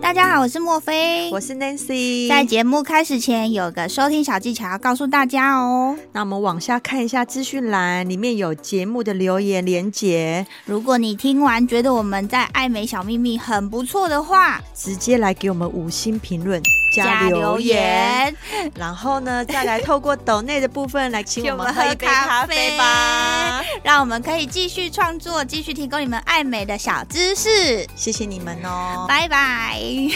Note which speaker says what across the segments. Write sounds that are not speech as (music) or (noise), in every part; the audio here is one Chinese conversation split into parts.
Speaker 1: 大家好，我是莫菲。
Speaker 2: 我是 Nancy。
Speaker 1: 在节目开始前，有个收听小技巧要告诉大家哦。
Speaker 2: 那我们往下看一下资讯栏，里面有节目的留言连结，
Speaker 1: 如果你听完觉得我们在爱美小秘密很不错的话，
Speaker 2: 直接来给我们五星评论留言，。然后呢，再来透过抖内的部分来请
Speaker 1: 请
Speaker 2: 我
Speaker 1: 我
Speaker 2: 们
Speaker 1: 们
Speaker 2: 喝
Speaker 1: 喝
Speaker 2: 一
Speaker 1: 一
Speaker 2: 杯
Speaker 1: 杯
Speaker 2: 咖
Speaker 1: 咖
Speaker 2: 啡
Speaker 1: 啡
Speaker 2: 吧。
Speaker 1: 让我们可以继续创作，继续提供你们爱美的小知识。
Speaker 2: 谢谢你们哦。
Speaker 1: 拜
Speaker 2: (laughs)
Speaker 1: 拜。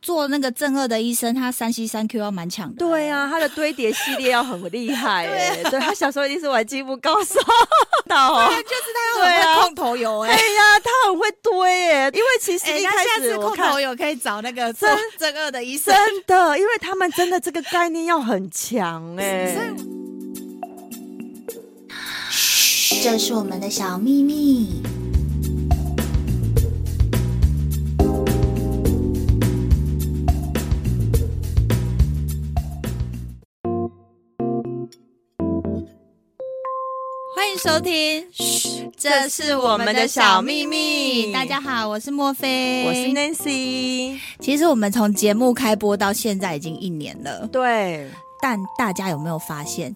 Speaker 1: 做那个正二的医生，他三 C 三 Q 要蛮强的。
Speaker 2: 对啊，他的堆叠系列要很厉害、欸， (laughs) 对他小时候一定是玩积木高手到哦。 (laughs)
Speaker 1: 就是
Speaker 2: 他很会
Speaker 1: 控头油
Speaker 2: 哎呀，他很会堆耶、因为其
Speaker 1: 哎
Speaker 2: 实一开始我看。
Speaker 1: 油可以找那个
Speaker 2: 真
Speaker 1: 正二的医
Speaker 2: 真的，因为他们真的这个概念要很强哎、
Speaker 1: 嗯这是我们的小秘密。欢迎收听，嘘，这是我们的小秘密。大家好，我是莫菲，
Speaker 2: 我是 Nancy，
Speaker 1: 其实我们从节目开播到现在已经一年了，
Speaker 2: 对，
Speaker 1: 但大家有没有发现，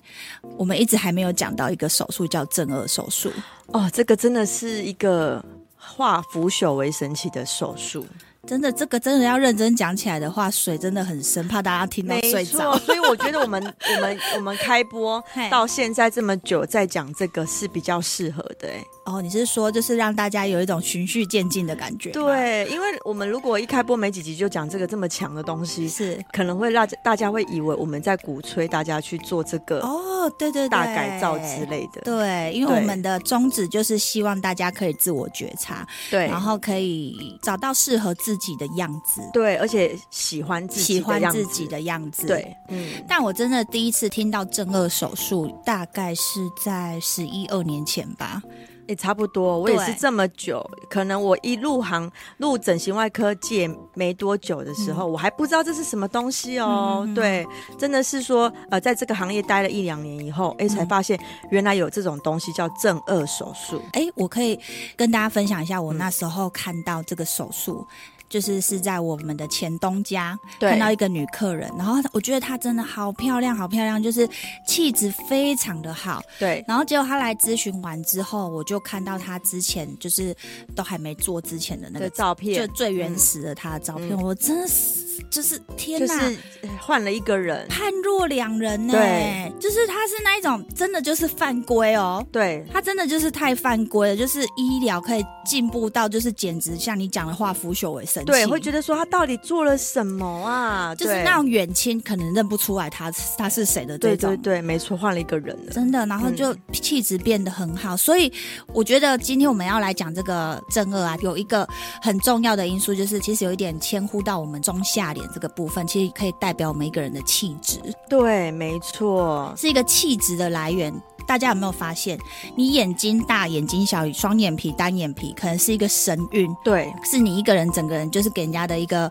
Speaker 1: 我们一直还没有讲到一个手术叫正颌手术？
Speaker 2: 哦，这个真的是一个化腐朽为神奇的手术，
Speaker 1: 真的，这个真的要认真讲起来的话，水真的很深，怕大家听到睡着。
Speaker 2: 所以我觉得
Speaker 1: (laughs)
Speaker 2: 我们我们我们开播
Speaker 1: 嘿
Speaker 2: 到现在这么久，再讲这个是比较适合的、哎。
Speaker 1: 哦，你是说就是让大家有一种循序渐进的感觉？，
Speaker 2: 对，因为我们如果一开播没几集就讲这个这么强的东西，
Speaker 1: 是。
Speaker 2: 可能会让大家会以为我们在鼓吹大家去做这个
Speaker 1: 哦，对对对，
Speaker 2: 大改造之。类的。
Speaker 1: 对，因为
Speaker 2: 对
Speaker 1: 我们的宗旨就是希望大家可以自我觉察，
Speaker 2: 对
Speaker 1: 然后可以找到适合自己的样子，
Speaker 2: 对，而且喜欢自己
Speaker 1: 喜
Speaker 2: 的
Speaker 1: 欢
Speaker 2: 样子
Speaker 1: 自己的样子。
Speaker 2: 对，嗯，
Speaker 1: 但我真的第一次听到正颚手术，大概是在十一二年前吧。
Speaker 2: 也差不多。我也是
Speaker 1: 对
Speaker 2: 这么久，可能我一入行入整形外科界没多久的时候，我还不知道这是什么东西哦。
Speaker 1: 嗯嗯嗯嗯
Speaker 2: 对，真的是说，呃，在这个行业待了一两年以后，哎，才
Speaker 1: 嗯
Speaker 2: 发现原来有这种东西叫正颚手术。
Speaker 1: 哎，我可以跟大家分享一下，我
Speaker 2: 嗯
Speaker 1: 那时候看到这个手术。就是是在我们的前东家
Speaker 2: 对
Speaker 1: 看到一个女客人，然后我觉得她真的好漂亮，好漂亮，就是气质非常的好。
Speaker 2: 对，
Speaker 1: 然后结果她来咨询完之后，我就看到她之前就是都还没做之前的那
Speaker 2: 的
Speaker 1: 个
Speaker 2: 照片
Speaker 1: 就最原始的她的照片，
Speaker 2: 嗯
Speaker 1: 我真的是就是天
Speaker 2: 就
Speaker 1: 哪，
Speaker 2: 是呃换了一个人，
Speaker 1: 判若两人呢、
Speaker 2: 对
Speaker 1: 就是他是那一种真的就是犯规哦。
Speaker 2: 对，
Speaker 1: 他真的就是太犯规了，就是医疗可以进步到就是简直像你讲的化腐朽为神奇，
Speaker 2: 对，会觉得说他到底做了什么啊？
Speaker 1: 就是
Speaker 2: 对
Speaker 1: 那种远亲可能认不出来他他是谁的这
Speaker 2: 对
Speaker 1: 种，
Speaker 2: 对嗯对，没错，换了一个人了。
Speaker 1: 真的，然后就气质变得很好，所以我觉得今天我们要来讲这个正二啊，有一个很重要的因素就是其实有一点牵乎到我们中下脸这个部分，其实可以代表我们一个人的气质。
Speaker 2: 对，没错，
Speaker 1: 是一个气质的来源。大家有没有发现，你眼睛大、眼睛小、双眼皮、单眼皮，可能是一个神韵，
Speaker 2: 对
Speaker 1: 是你一个人整个人就是给人家的一个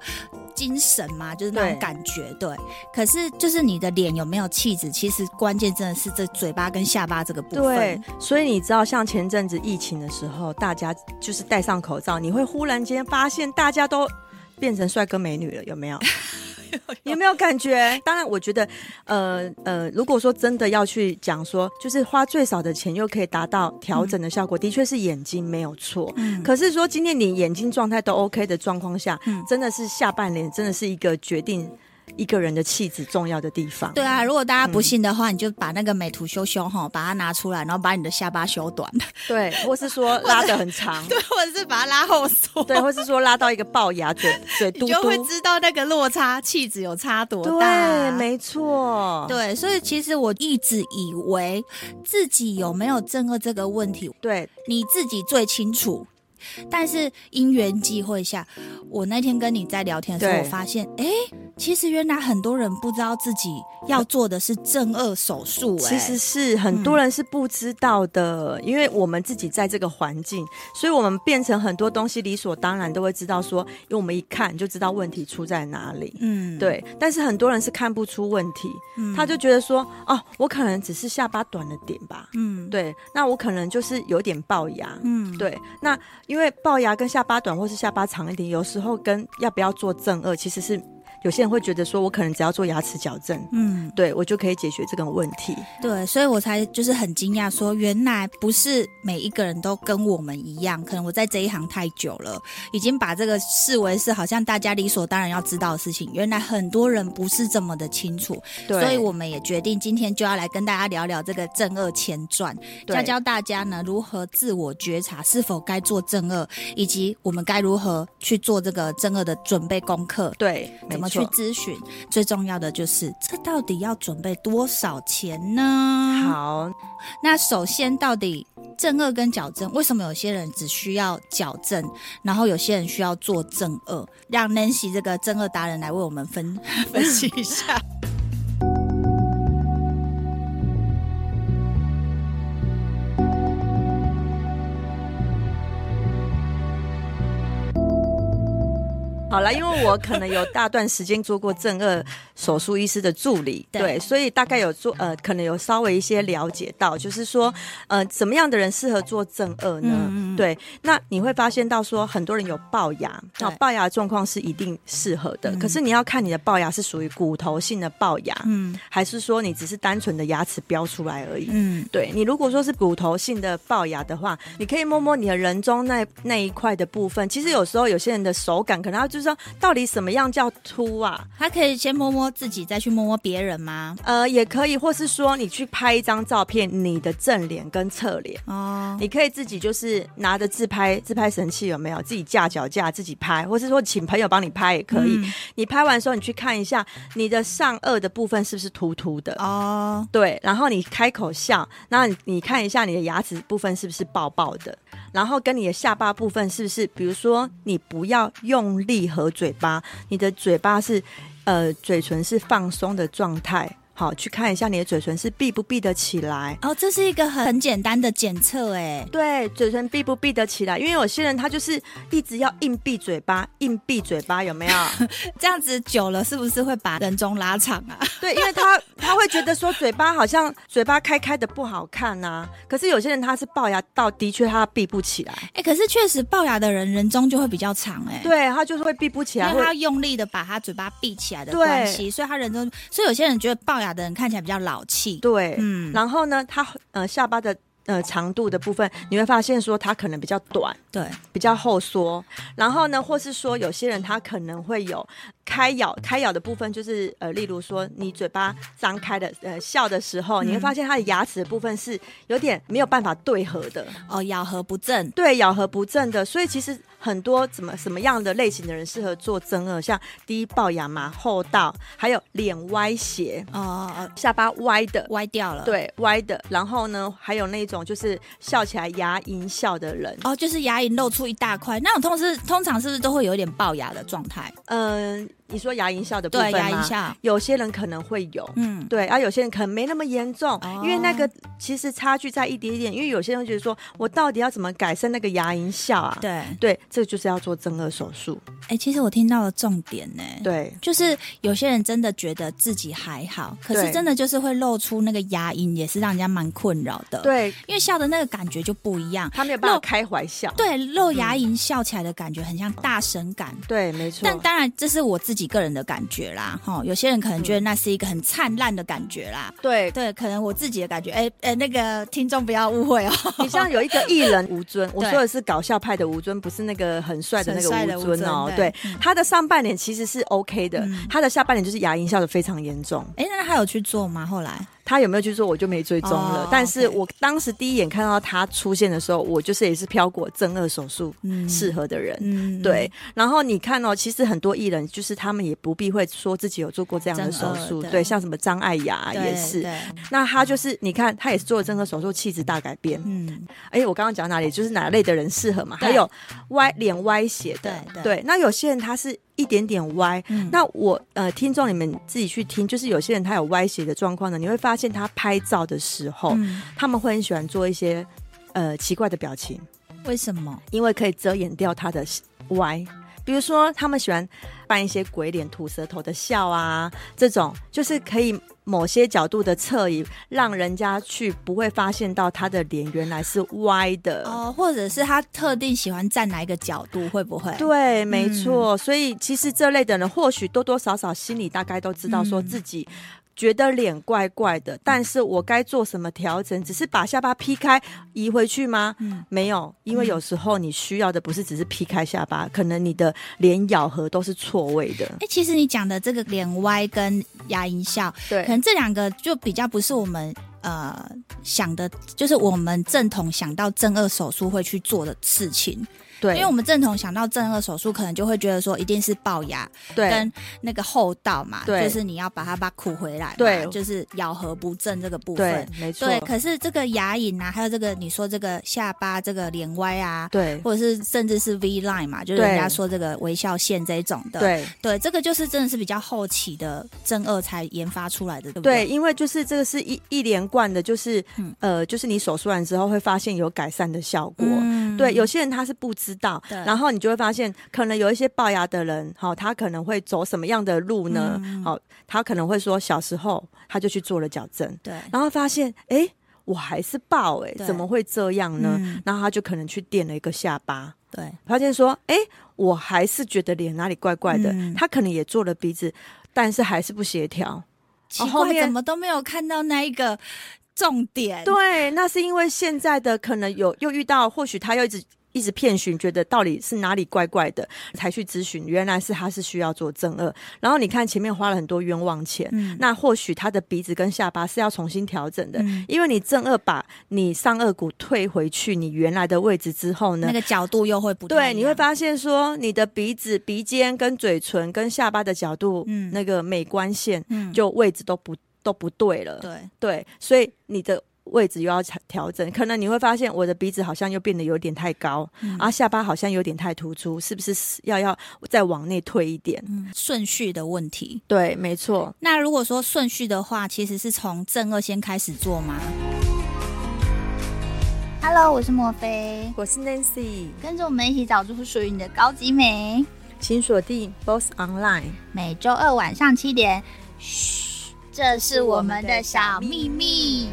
Speaker 1: 精神嘛，就是那
Speaker 2: 对
Speaker 1: 种感觉。对，可是就是你的脸有没有气质，其实关键真的是这嘴巴跟下巴这个部
Speaker 2: 对
Speaker 1: 分。，
Speaker 2: 所以你知道，像前阵子疫情的时候，大家就是戴上口罩，你会忽然间发现大家都变成帅哥美女了，
Speaker 1: (laughs)
Speaker 2: 有没有？有没有感觉？当然，我觉得，呃呃，如果说真的要去讲说，就是花最少的钱又可以达到调整的效果，的确是眼睛没有错。
Speaker 1: 嗯
Speaker 2: 可是说今天你眼睛状态都 OK 的状况下，
Speaker 1: 嗯
Speaker 2: 真的是下半年真的是一个决定一个人的气质重要的地方。
Speaker 1: 对啊，如果大家不信的话，你就把那个美图修修哈，把它拿出来，然后把你的下巴修短， (laughs)
Speaker 2: 对，或是说拉的很长，
Speaker 1: 对，或者是把它拉后缩，
Speaker 2: (laughs) 对，或是说拉到一个龅牙，嘴嘴嘟
Speaker 1: 你就会
Speaker 2: 嘟。
Speaker 1: 知道那个落差气质有差多大。
Speaker 2: 对，没错，
Speaker 1: 对，所以其实我一直以为自己有没有正颚这个问题，
Speaker 2: 对
Speaker 1: 你自己最清楚。但是因缘际会下，我那天跟你在聊天的时候，
Speaker 2: 对
Speaker 1: 我发现，哎、其实原来很多人不知道自己要做的是正颚手术、哎，
Speaker 2: 其实是很多人是不知道的，因为我们自己在这个环境，所以我们变成很多东西理所当然都会知道说，因为我们一看就知道问题出在哪里。
Speaker 1: 嗯，
Speaker 2: 对，但是很多人是看不出问题，
Speaker 1: 嗯，
Speaker 2: 他就觉得说，哦，我可能只是下巴短了点吧，
Speaker 1: 嗯，
Speaker 2: 对，那我可能就是有点龅牙，
Speaker 1: 嗯，
Speaker 2: 对，那因为龅牙跟下巴短或是下巴长一点，有时候跟要不要做正颚，其实是有些人会觉得说我可能只要做牙齿矫正，
Speaker 1: 嗯，
Speaker 2: 对我就可以解决这个问题。
Speaker 1: 对，所以我才就是很惊讶，说原来不是每一个人都跟我们一样，可能我在这一行太久了，已经把这个视为是好像大家理所当然要知道的事情。原来很多人不是这么的清楚，
Speaker 2: 对，
Speaker 1: 所以我们也决定今天就要来跟大家聊聊这个正颚前传，
Speaker 2: 对
Speaker 1: 教教大家呢如何自我觉察是否该做正颚，以及我们该如何去做这个正颚的准备功课。
Speaker 2: 对，
Speaker 1: 怎么
Speaker 2: 没
Speaker 1: 去
Speaker 2: 错
Speaker 1: 咨询？最重要的就是，这到底要准备多少钱呢？，
Speaker 2: 好，
Speaker 1: 那首先到底正颚跟矫正，为什么有些人只需要矫正，然后有些人需要做正颚？让 Nancy 这个正颚达人来为我们分分析一
Speaker 2: (laughs)
Speaker 1: 下。
Speaker 2: 好了，因为我可能有大段时间做过正颚手术医师的助理，
Speaker 1: 对
Speaker 2: 对，所以大概有做呃，可能有稍微一些了解到，就是说呃，怎么样的人适合做正颚呢？
Speaker 1: 嗯嗯嗯
Speaker 2: 对，那你会发现到说，很多人有龅牙，
Speaker 1: 对
Speaker 2: 那龅牙的状况是一定适合的，
Speaker 1: 嗯
Speaker 2: 可是你要看你的龅牙是属于骨头性的龅牙，
Speaker 1: 嗯
Speaker 2: 还是说你只是单纯的牙齿飙出来而已？
Speaker 1: 嗯
Speaker 2: 对你如果说是骨头性的龅牙的话，你可以摸摸你的人中那那一块的部分。其实有时候有些人的手感，可能他就是说，到底什么样叫凸啊？
Speaker 1: 他可以先摸摸自己，再去摸摸别人吗？
Speaker 2: 呃，也可以，或是说你去拍一张照片，你的正脸跟侧脸。
Speaker 1: 哦，
Speaker 2: 你可以自己就是拿着自拍自拍神器有没有？自己架脚架自己拍，或是说请朋友帮你拍也可以。
Speaker 1: 嗯
Speaker 2: 你拍完之后，你去看一下你的上颚的部分是不是凸凸的。
Speaker 1: 哦，
Speaker 2: 对，然后你开口笑，那你你看一下你的牙齿部分是不是爆爆的，然后跟你的下巴部分是不是，比如说你不要用力合嘴巴，你的嘴巴是呃嘴唇是放松的状态。好，去看一下你的嘴唇是闭不闭得起来。
Speaker 1: 哦，这是一个很很简单的检测，哎，
Speaker 2: 对，嘴唇闭不闭得起来？因为有些人他就是一直要硬闭嘴巴，硬闭嘴巴，
Speaker 1: (laughs)
Speaker 2: 有没有？
Speaker 1: 这样子久了是不是会把人中拉长啊？
Speaker 2: 对，因为他他会觉得说嘴巴好像嘴巴开开的不好看呐、可是有些人他是龅牙到，的确他闭不起来。
Speaker 1: 哎、可是确实龅牙的人人中就会比较长、哎，
Speaker 2: 对他就是会闭不起来，
Speaker 1: 因为
Speaker 2: 会
Speaker 1: 他用力的把他嘴巴闭起来的
Speaker 2: 对
Speaker 1: 关系，所以他人中，所以有些人觉得龅牙的人看起来比较老气。
Speaker 2: 对，
Speaker 1: 嗯，
Speaker 2: 然后呢，他呃下巴的呃长度的部分，你会发现说他可能比较短，
Speaker 1: 对，
Speaker 2: 比较后缩，然后呢，或是说有些人他可能会有开咬，开咬的部分就是呃，例如说你嘴巴张开的呃笑的时
Speaker 1: 嗯
Speaker 2: 候，你会发现他的牙齿的部分是有点没有办法对合的。
Speaker 1: 哦，咬合不正，
Speaker 2: 对咬合不正的，所以其实很多怎么什么样的类型的人适合做增颚，像第一龅牙嘛、后倒，还有脸歪斜、
Speaker 1: 哦哦，
Speaker 2: 下巴歪的，
Speaker 1: 歪掉了。，
Speaker 2: 对歪的。然后呢，还有那种就是笑起来牙龈笑的人，
Speaker 1: 哦，就是牙龈露出一大块，那种通是通常是不是都会有一点龅牙的状态？
Speaker 2: 嗯、你说牙龈笑的部
Speaker 1: 对，
Speaker 2: 分
Speaker 1: 牙龈
Speaker 2: 吗？
Speaker 1: 下，
Speaker 2: 有些人可能会有。
Speaker 1: 嗯，
Speaker 2: 对，啊而、有些人可能没那么严重，
Speaker 1: 哦
Speaker 2: 因为那个其实差距在一点点。因为有些人会觉得说，我到底要怎么改善那个牙龈笑啊？
Speaker 1: 对，嗯哎、
Speaker 2: 对，这就是要做增颚手术。
Speaker 1: 其实我听到了重点呢、。
Speaker 2: 对，
Speaker 1: 就是有些人真的觉得自己还好，可是
Speaker 2: 对
Speaker 1: 真的就是会露出那个牙龈，也是让人家蛮困扰的。，
Speaker 2: 对
Speaker 1: 因为笑的那个感觉就不一样。
Speaker 2: 他没有办法
Speaker 1: 肉
Speaker 2: 开怀笑。
Speaker 1: 对，露牙龈笑起来的感觉很像大神感，
Speaker 2: 对，没错。
Speaker 1: 但当然，这是我自己个人的感觉啦，哈。有些人可能觉得那是一个很灿烂的感觉啦， (laughs)
Speaker 2: 对，
Speaker 1: 对，可能我自己的感觉，哎、哎、那个听众不要误会哦，
Speaker 2: (laughs) 你
Speaker 1: (laughs)
Speaker 2: 像有一个艺人吴尊，我
Speaker 1: 对
Speaker 2: 说的是搞笑派的吴尊，不是那个很帅的那个
Speaker 1: 很帅的
Speaker 2: 吴尊哦
Speaker 1: 吴。尊对
Speaker 2: 对
Speaker 1: 嗯，
Speaker 2: 他的上半脸其实是 OK 的
Speaker 1: 嗯，
Speaker 2: 他的下半脸就是牙�龈笑的非常严重。
Speaker 1: 哎、那他有去做吗？后来
Speaker 2: 他有没有去做我就没追踪了。
Speaker 1: 哦
Speaker 2: 但是
Speaker 1: OK
Speaker 2: 我当时第一眼看到他出现的时候，我就是也是飘过正颚手术
Speaker 1: 嗯
Speaker 2: 适合的人。
Speaker 1: 嗯，
Speaker 2: 对，然后你看哦，其实很多艺人就是他们也不避讳说自己有做过这样的手
Speaker 1: 正
Speaker 2: 术
Speaker 1: 颚，对
Speaker 2: 对，像什么张艾雅
Speaker 1: 对
Speaker 2: 啊也是。
Speaker 1: 对
Speaker 2: 那他就是你看，他也是做了正颌手术，气质大改变。
Speaker 1: 嗯，
Speaker 2: 哎、我刚刚讲哪里？就是哪类的人适合嘛？
Speaker 1: 对
Speaker 2: 还有歪脸歪斜的，
Speaker 1: 对对
Speaker 2: 那有些人他是一点点歪。
Speaker 1: 嗯
Speaker 2: 那我呃，听众你们自己去听，就是有些人他有歪斜的状况呢，你会发现他拍照的时候，
Speaker 1: 嗯
Speaker 2: 他们会很喜欢做一些呃奇怪的表情，
Speaker 1: 为什么？
Speaker 2: 因为可以遮掩掉他的歪。比如说，他们喜欢扮一些鬼脸、吐舌头的笑啊，这种就是可以某些角度的侧移，让人家去不会发现到他的脸原来是歪的。
Speaker 1: 哦，或者是他特定喜欢站哪一个角度，会不会？
Speaker 2: 对，
Speaker 1: 嗯
Speaker 2: 没错。所以其实这类的人，或许多多少少心里大概都知道，说
Speaker 1: 嗯
Speaker 2: 自己觉得脸怪怪的，但是我该做什么调整？只是把下巴劈开移回去吗？
Speaker 1: 嗯
Speaker 2: 没有，因为有时候你需要的不是只是劈开下巴，可能你的连咬合都是错位的。
Speaker 1: 哎、其实你讲的这个脸歪跟牙龈笑，可
Speaker 2: 对。
Speaker 1: 能这两个就比较不是我们呃想的，就是我们正统想到正颚手术会去做的事情。
Speaker 2: 对，
Speaker 1: 因为我们正统想到正颚手术，可能就会觉得说一定是龅牙
Speaker 2: 对
Speaker 1: 跟那个后道嘛，
Speaker 2: 对
Speaker 1: 就是你要把它把苦回来嘛，
Speaker 2: 对
Speaker 1: 就是咬合不正这个部
Speaker 2: 对
Speaker 1: 分。，
Speaker 2: 没错，
Speaker 1: 对，可是这个牙龈啊，还有这个你说这个下巴这个脸歪啊，
Speaker 2: 对
Speaker 1: 或者是甚至是 V line 嘛，就是
Speaker 2: 对
Speaker 1: 人家说这个微笑线这一种的，
Speaker 2: 对
Speaker 1: 对，这个就是真的是比较后期的正二才研发出来的，对不
Speaker 2: 对，
Speaker 1: 对？
Speaker 2: 因为就是这个是一一连贯的，就是
Speaker 1: 嗯
Speaker 2: 呃，就是你手术完之后会发现有改善的效果。
Speaker 1: 嗯
Speaker 2: 对，有些人他是不知道，
Speaker 1: 对
Speaker 2: 然后你就会发现，可能有一些龅牙的人，好、他可能会走什么样的路呢？好、
Speaker 1: 嗯
Speaker 2: 他可能会说小时候他就去做了矫正，
Speaker 1: 对，
Speaker 2: 然后发现，哎，我还是龅，哎，
Speaker 1: 对
Speaker 2: 怎么会这样呢？
Speaker 1: 嗯
Speaker 2: 然后他就可能去垫了一个下巴，
Speaker 1: 对，
Speaker 2: 发现说，哎，我还是觉得脸哪里怪怪的，
Speaker 1: 嗯
Speaker 2: 他可能也做了鼻子，但是还是不协调。
Speaker 1: 奇
Speaker 2: 后
Speaker 1: 怪，
Speaker 2: 面
Speaker 1: 怎么都没有看到那一个重点？
Speaker 2: 对，那是因为现在的可能有又遇到，或许他又一直一直骗询，觉得到底是哪里怪怪的，才去咨询，原来是他是需要做正颚。然后你看前面花了很多冤枉钱，
Speaker 1: 嗯
Speaker 2: 那或许他的鼻子跟下巴是要重新调整的。
Speaker 1: 嗯
Speaker 2: 因为你正颚把你上颚骨退回去你原来的位置之后呢
Speaker 1: 那，个角度又会不太一
Speaker 2: 对，
Speaker 1: 样
Speaker 2: 你会发现说你的鼻子、鼻尖跟嘴唇跟下巴的角度，
Speaker 1: 嗯
Speaker 2: 那个美观线
Speaker 1: 嗯
Speaker 2: 就位置都不都不对了。
Speaker 1: 对，
Speaker 2: 对，所以你的位置又要调调整。可能你会发现我的鼻子好像又变得有点太高，
Speaker 1: 嗯
Speaker 2: 啊，下巴好像有点太突出，是不是要要再往内退一点？
Speaker 1: 嗯，顺序的问题。
Speaker 2: 对，没错。
Speaker 1: 那如果说顺序的话，其实是从正二先开始做吗？Hello，我是莫菲，
Speaker 2: 我是 Nancy，
Speaker 1: 跟着我们一起找出属于你的高级美。
Speaker 2: 请锁定 Boss Online。
Speaker 1: 每周二晚上七点。嘘，这是我们的小秘密。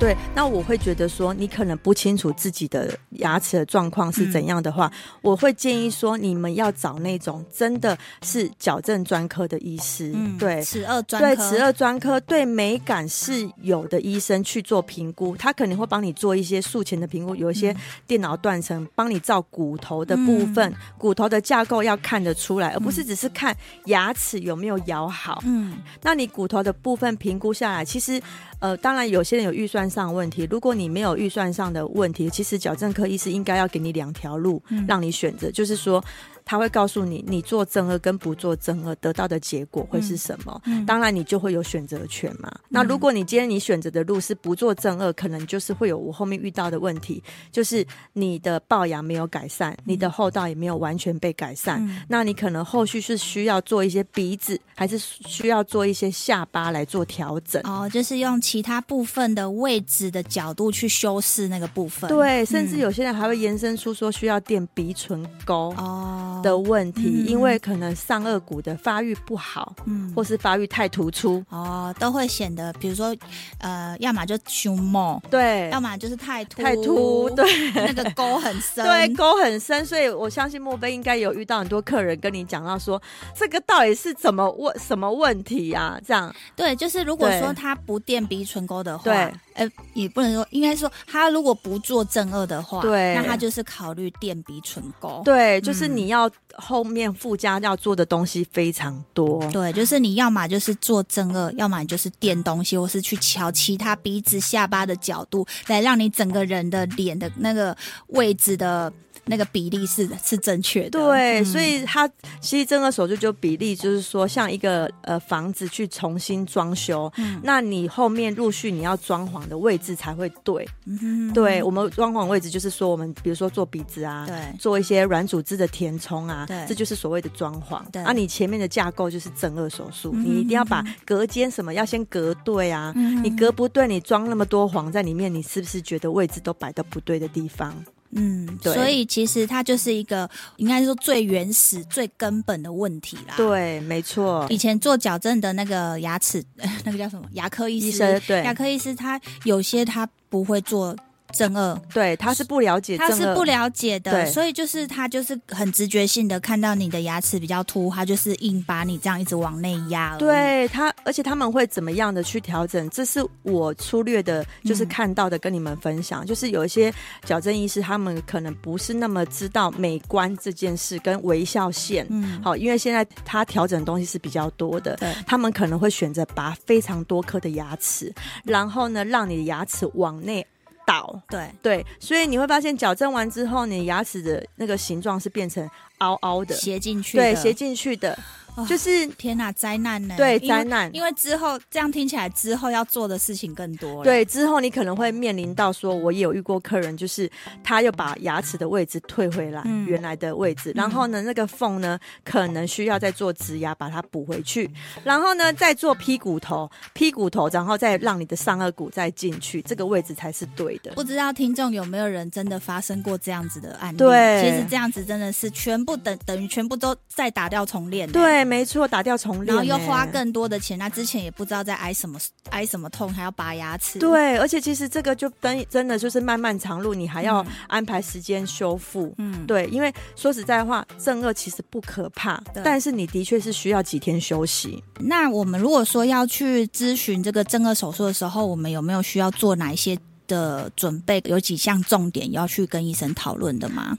Speaker 2: 对，那我会觉得说，你可能不清楚自己的牙齿的状况是怎样的话，我会建议说，你们要找那种真的是矫正专科的医师。对，
Speaker 1: 齿颚嗯专
Speaker 2: 对
Speaker 1: 科，
Speaker 2: 齿颚专科对美感是有的医生去做评估，他可能会帮你做一些术前的评估，有
Speaker 1: 嗯
Speaker 2: 一些电脑断层帮你照骨头的部分，骨头的架构要看得出来，而不是只是看牙齿有没有咬好。
Speaker 1: 嗯，
Speaker 2: 那你骨头的部分评估下来，其实呃，当然有些人有预算上的问题，如果你没有预算上的问题，其实矫正科医师应该要给你两条路、
Speaker 1: 嗯
Speaker 2: 让你选择，就是说他会告诉你，你做正颚跟不做正颚得到的结果会是什么。
Speaker 1: 嗯
Speaker 2: 当然，你就会有选择权嘛。那如果你今天你选择的路是不做正颚，可能就是会有我后面遇到的问题，就是你的龅牙没有改善，你的后道也没有完全被改善。
Speaker 1: 嗯
Speaker 2: 那你可能后续是需要做一些鼻子，还是需要做一些下巴来做调整？
Speaker 1: 哦，就是用其他部分的位置的角度去修饰那个部分。，
Speaker 2: 对，甚至
Speaker 1: 嗯
Speaker 2: 有些人还会延伸出说需要垫鼻唇沟
Speaker 1: 哦，
Speaker 2: 的问题，
Speaker 1: 嗯
Speaker 2: 因为可能上颚骨的发育不好，
Speaker 1: 嗯
Speaker 2: 或是发育太突出。
Speaker 1: 哦，都会显得，比如说，呃，要么就胸猛，
Speaker 2: 对
Speaker 1: 要，么就是太突，
Speaker 2: 太突，，对。
Speaker 1: 那个沟
Speaker 2: (laughs)
Speaker 1: 很深，
Speaker 2: 对，沟很深，所以我相信莫非应该有遇到很多客人跟你讲到说，这个到底是怎么问什么问题啊？这样
Speaker 1: 哦对，就是如果
Speaker 2: 对
Speaker 1: 说他不垫鼻唇沟的话
Speaker 2: 对，
Speaker 1: 呃，也不能说，应该说他如果不做正二的话，
Speaker 2: 对
Speaker 1: 那他就是考虑垫鼻唇沟。
Speaker 2: 对，就是
Speaker 1: 嗯
Speaker 2: 你要后面附加要做的东西非常多。
Speaker 1: 对，就是你要么就是做正二，要么你就是垫东西，或是去瞧其他鼻子、下巴的角度，来让你整个人的脸的那个位置的那个比例是是正确的。
Speaker 2: 对，
Speaker 1: 嗯
Speaker 2: 所以它其实这个手术就比例，就是说像一个呃房子去重新装修，
Speaker 1: 嗯
Speaker 2: 那你后面陆续你要装潢的位置才会对。
Speaker 1: 嗯哼
Speaker 2: 对我们装潢位置就是说我们比如说做鼻子啊，
Speaker 1: 对
Speaker 2: 做一些软组织的填充啊
Speaker 1: 对，
Speaker 2: 这就是所谓的装潢。
Speaker 1: 对
Speaker 2: 啊，你前面的架构就是正颚手术，
Speaker 1: 嗯
Speaker 2: 你一定要把隔间什么要先隔对啊。
Speaker 1: 嗯
Speaker 2: 你隔不对，你装那么多黄在里面，你是不是觉得位置都摆到不对的地方？
Speaker 1: 嗯，
Speaker 2: 对
Speaker 1: 所以其实它就是一个应该说最原始、最根本的问题啦。。
Speaker 2: 对，没错，
Speaker 1: 以前做矫正的那个牙齿， (laughs) 那个叫什么牙科医师？
Speaker 2: 医生
Speaker 1: 牙
Speaker 2: 对
Speaker 1: 科医师他有些他不会做正二，
Speaker 2: 对，他是不了解正
Speaker 1: 他
Speaker 2: 颚，
Speaker 1: 是不了解的，
Speaker 2: 对
Speaker 1: 所以就是他就是很直觉性的看到你的牙齿比较凸，他就是硬把你这样一直往内压而已。
Speaker 2: 对他，而且他们会怎么样的去调整？这是我粗略的，就是
Speaker 1: 嗯
Speaker 2: 看到的，跟你们分享。就是有一些矫正医师，他们可能不是那么知道美观这件事跟微笑线。
Speaker 1: 嗯，
Speaker 2: 好，因为现在他调整的东西是比较多的，
Speaker 1: 对，
Speaker 2: 他们可能会选择拔非常多颗的牙齿，然后呢，让你的牙齿往内倒。
Speaker 1: 对，
Speaker 2: 对，所以你会发现矫正完之后，你的牙齿的那个形状是变成凹凹的，
Speaker 1: 斜进去的，
Speaker 2: 对，斜进去的，
Speaker 1: 哦
Speaker 2: 就是
Speaker 1: 天哪，灾难呢？
Speaker 2: 对
Speaker 1: 因为
Speaker 2: 灾难。
Speaker 1: 因为之后这样听起来，之后要做的事情更多了。，
Speaker 2: 对，之后你可能会面临到说，我也有遇过客人，就是他又把牙齿的位置退回来、
Speaker 1: 嗯
Speaker 2: 原来的位置，然后呢，那个缝呢，可能需要再做植牙把它补回去，
Speaker 1: 嗯
Speaker 2: 然后呢，再做劈骨头，劈骨头，然后再让你的上颚骨再进去，这个位置才是对的。
Speaker 1: 不知道听众有没有人真的发生过这样子的案例？
Speaker 2: 对
Speaker 1: 其实这样子真的是全部等等于全部都再打掉重练。。
Speaker 2: 对，没错，打掉重练、
Speaker 1: 然后又花
Speaker 2: 欸
Speaker 1: 更多的钱，那之前也不知道在挨什么挨什么痛，还要拔牙齿。
Speaker 2: 对，而且其实这个就真真的就是漫漫长路，你还要
Speaker 1: 嗯
Speaker 2: 安排时间修复。
Speaker 1: 嗯，
Speaker 2: 对，因为说实在话，正颚其实不可怕
Speaker 1: 对，
Speaker 2: 但是你的确是需要几天休息。
Speaker 1: 那我们如果说要去咨询这个正颚手术的时候，我们有没有需要做哪一些的准备？有几项重点要去跟医生讨论的吗？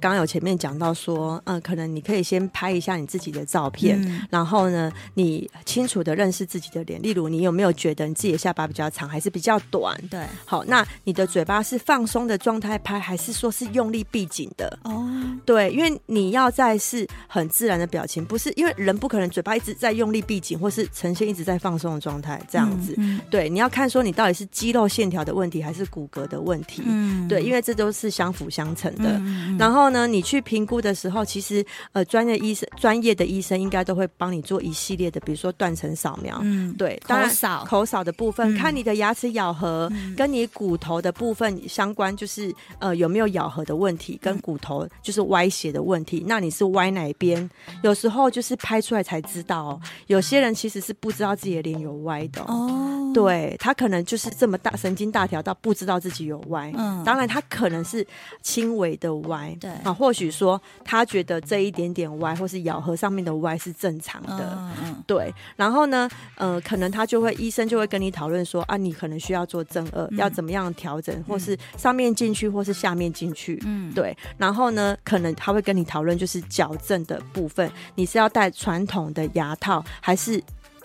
Speaker 2: 刚刚有前面讲到说，嗯、可能你可以先拍一下你自己的照片。
Speaker 1: 嗯
Speaker 2: 然后呢，你清楚的认识自己的脸，例如你有没有觉得你自己的下巴比较长，还是比较短？
Speaker 1: 对，
Speaker 2: 好，那你的嘴巴是放松的状态拍，还是说是用力闭紧的？
Speaker 1: 哦，
Speaker 2: 对，因为你要在是很自然的表情，不是因为人不可能嘴巴一直在用力闭紧，或是呈现一直在放松的状态这样子。
Speaker 1: 嗯，
Speaker 2: 对，你要看说你到底是肌肉线条的问题，还是骨骼的问题。
Speaker 1: 嗯
Speaker 2: 对，因为这都是相辅相成的。
Speaker 1: 嗯嗯
Speaker 2: 然后呢，你去评估的时候，其实呃，专业医生、专业的医生应该都会帮你做一系列的，比如说断层扫描，
Speaker 1: 嗯，
Speaker 2: 对，
Speaker 1: 口
Speaker 2: 当然
Speaker 1: 扫，
Speaker 2: 口扫的部分，
Speaker 1: 嗯
Speaker 2: 看你的牙齿咬合、跟你骨头的部分相关，就是呃有没有咬合的问题，跟
Speaker 1: 嗯
Speaker 2: 骨头就是歪斜的问题。那你是歪哪边？有时候就是拍出来才知道哦。有些人其实是不知道自己的脸有歪的哦
Speaker 1: 哦，
Speaker 2: 对他可能就是这么大神经大条到不知道自己有歪。
Speaker 1: 嗯
Speaker 2: 当然，他可能是轻微的歪，
Speaker 1: 对
Speaker 2: 啊，或许说他觉得这一点点歪，或是咬合上面的歪是正常的，
Speaker 1: 嗯嗯
Speaker 2: 对，然后呢，呃，可能他就会医生就会跟你讨论说啊，你可能需要做正
Speaker 1: 嗯
Speaker 2: 颚，要怎么样调整，或是上面进去，或是下面进去。
Speaker 1: 嗯，
Speaker 2: 对，然后呢，可能他会跟你讨论就是矫正的部分，你是要戴传统的牙套还是？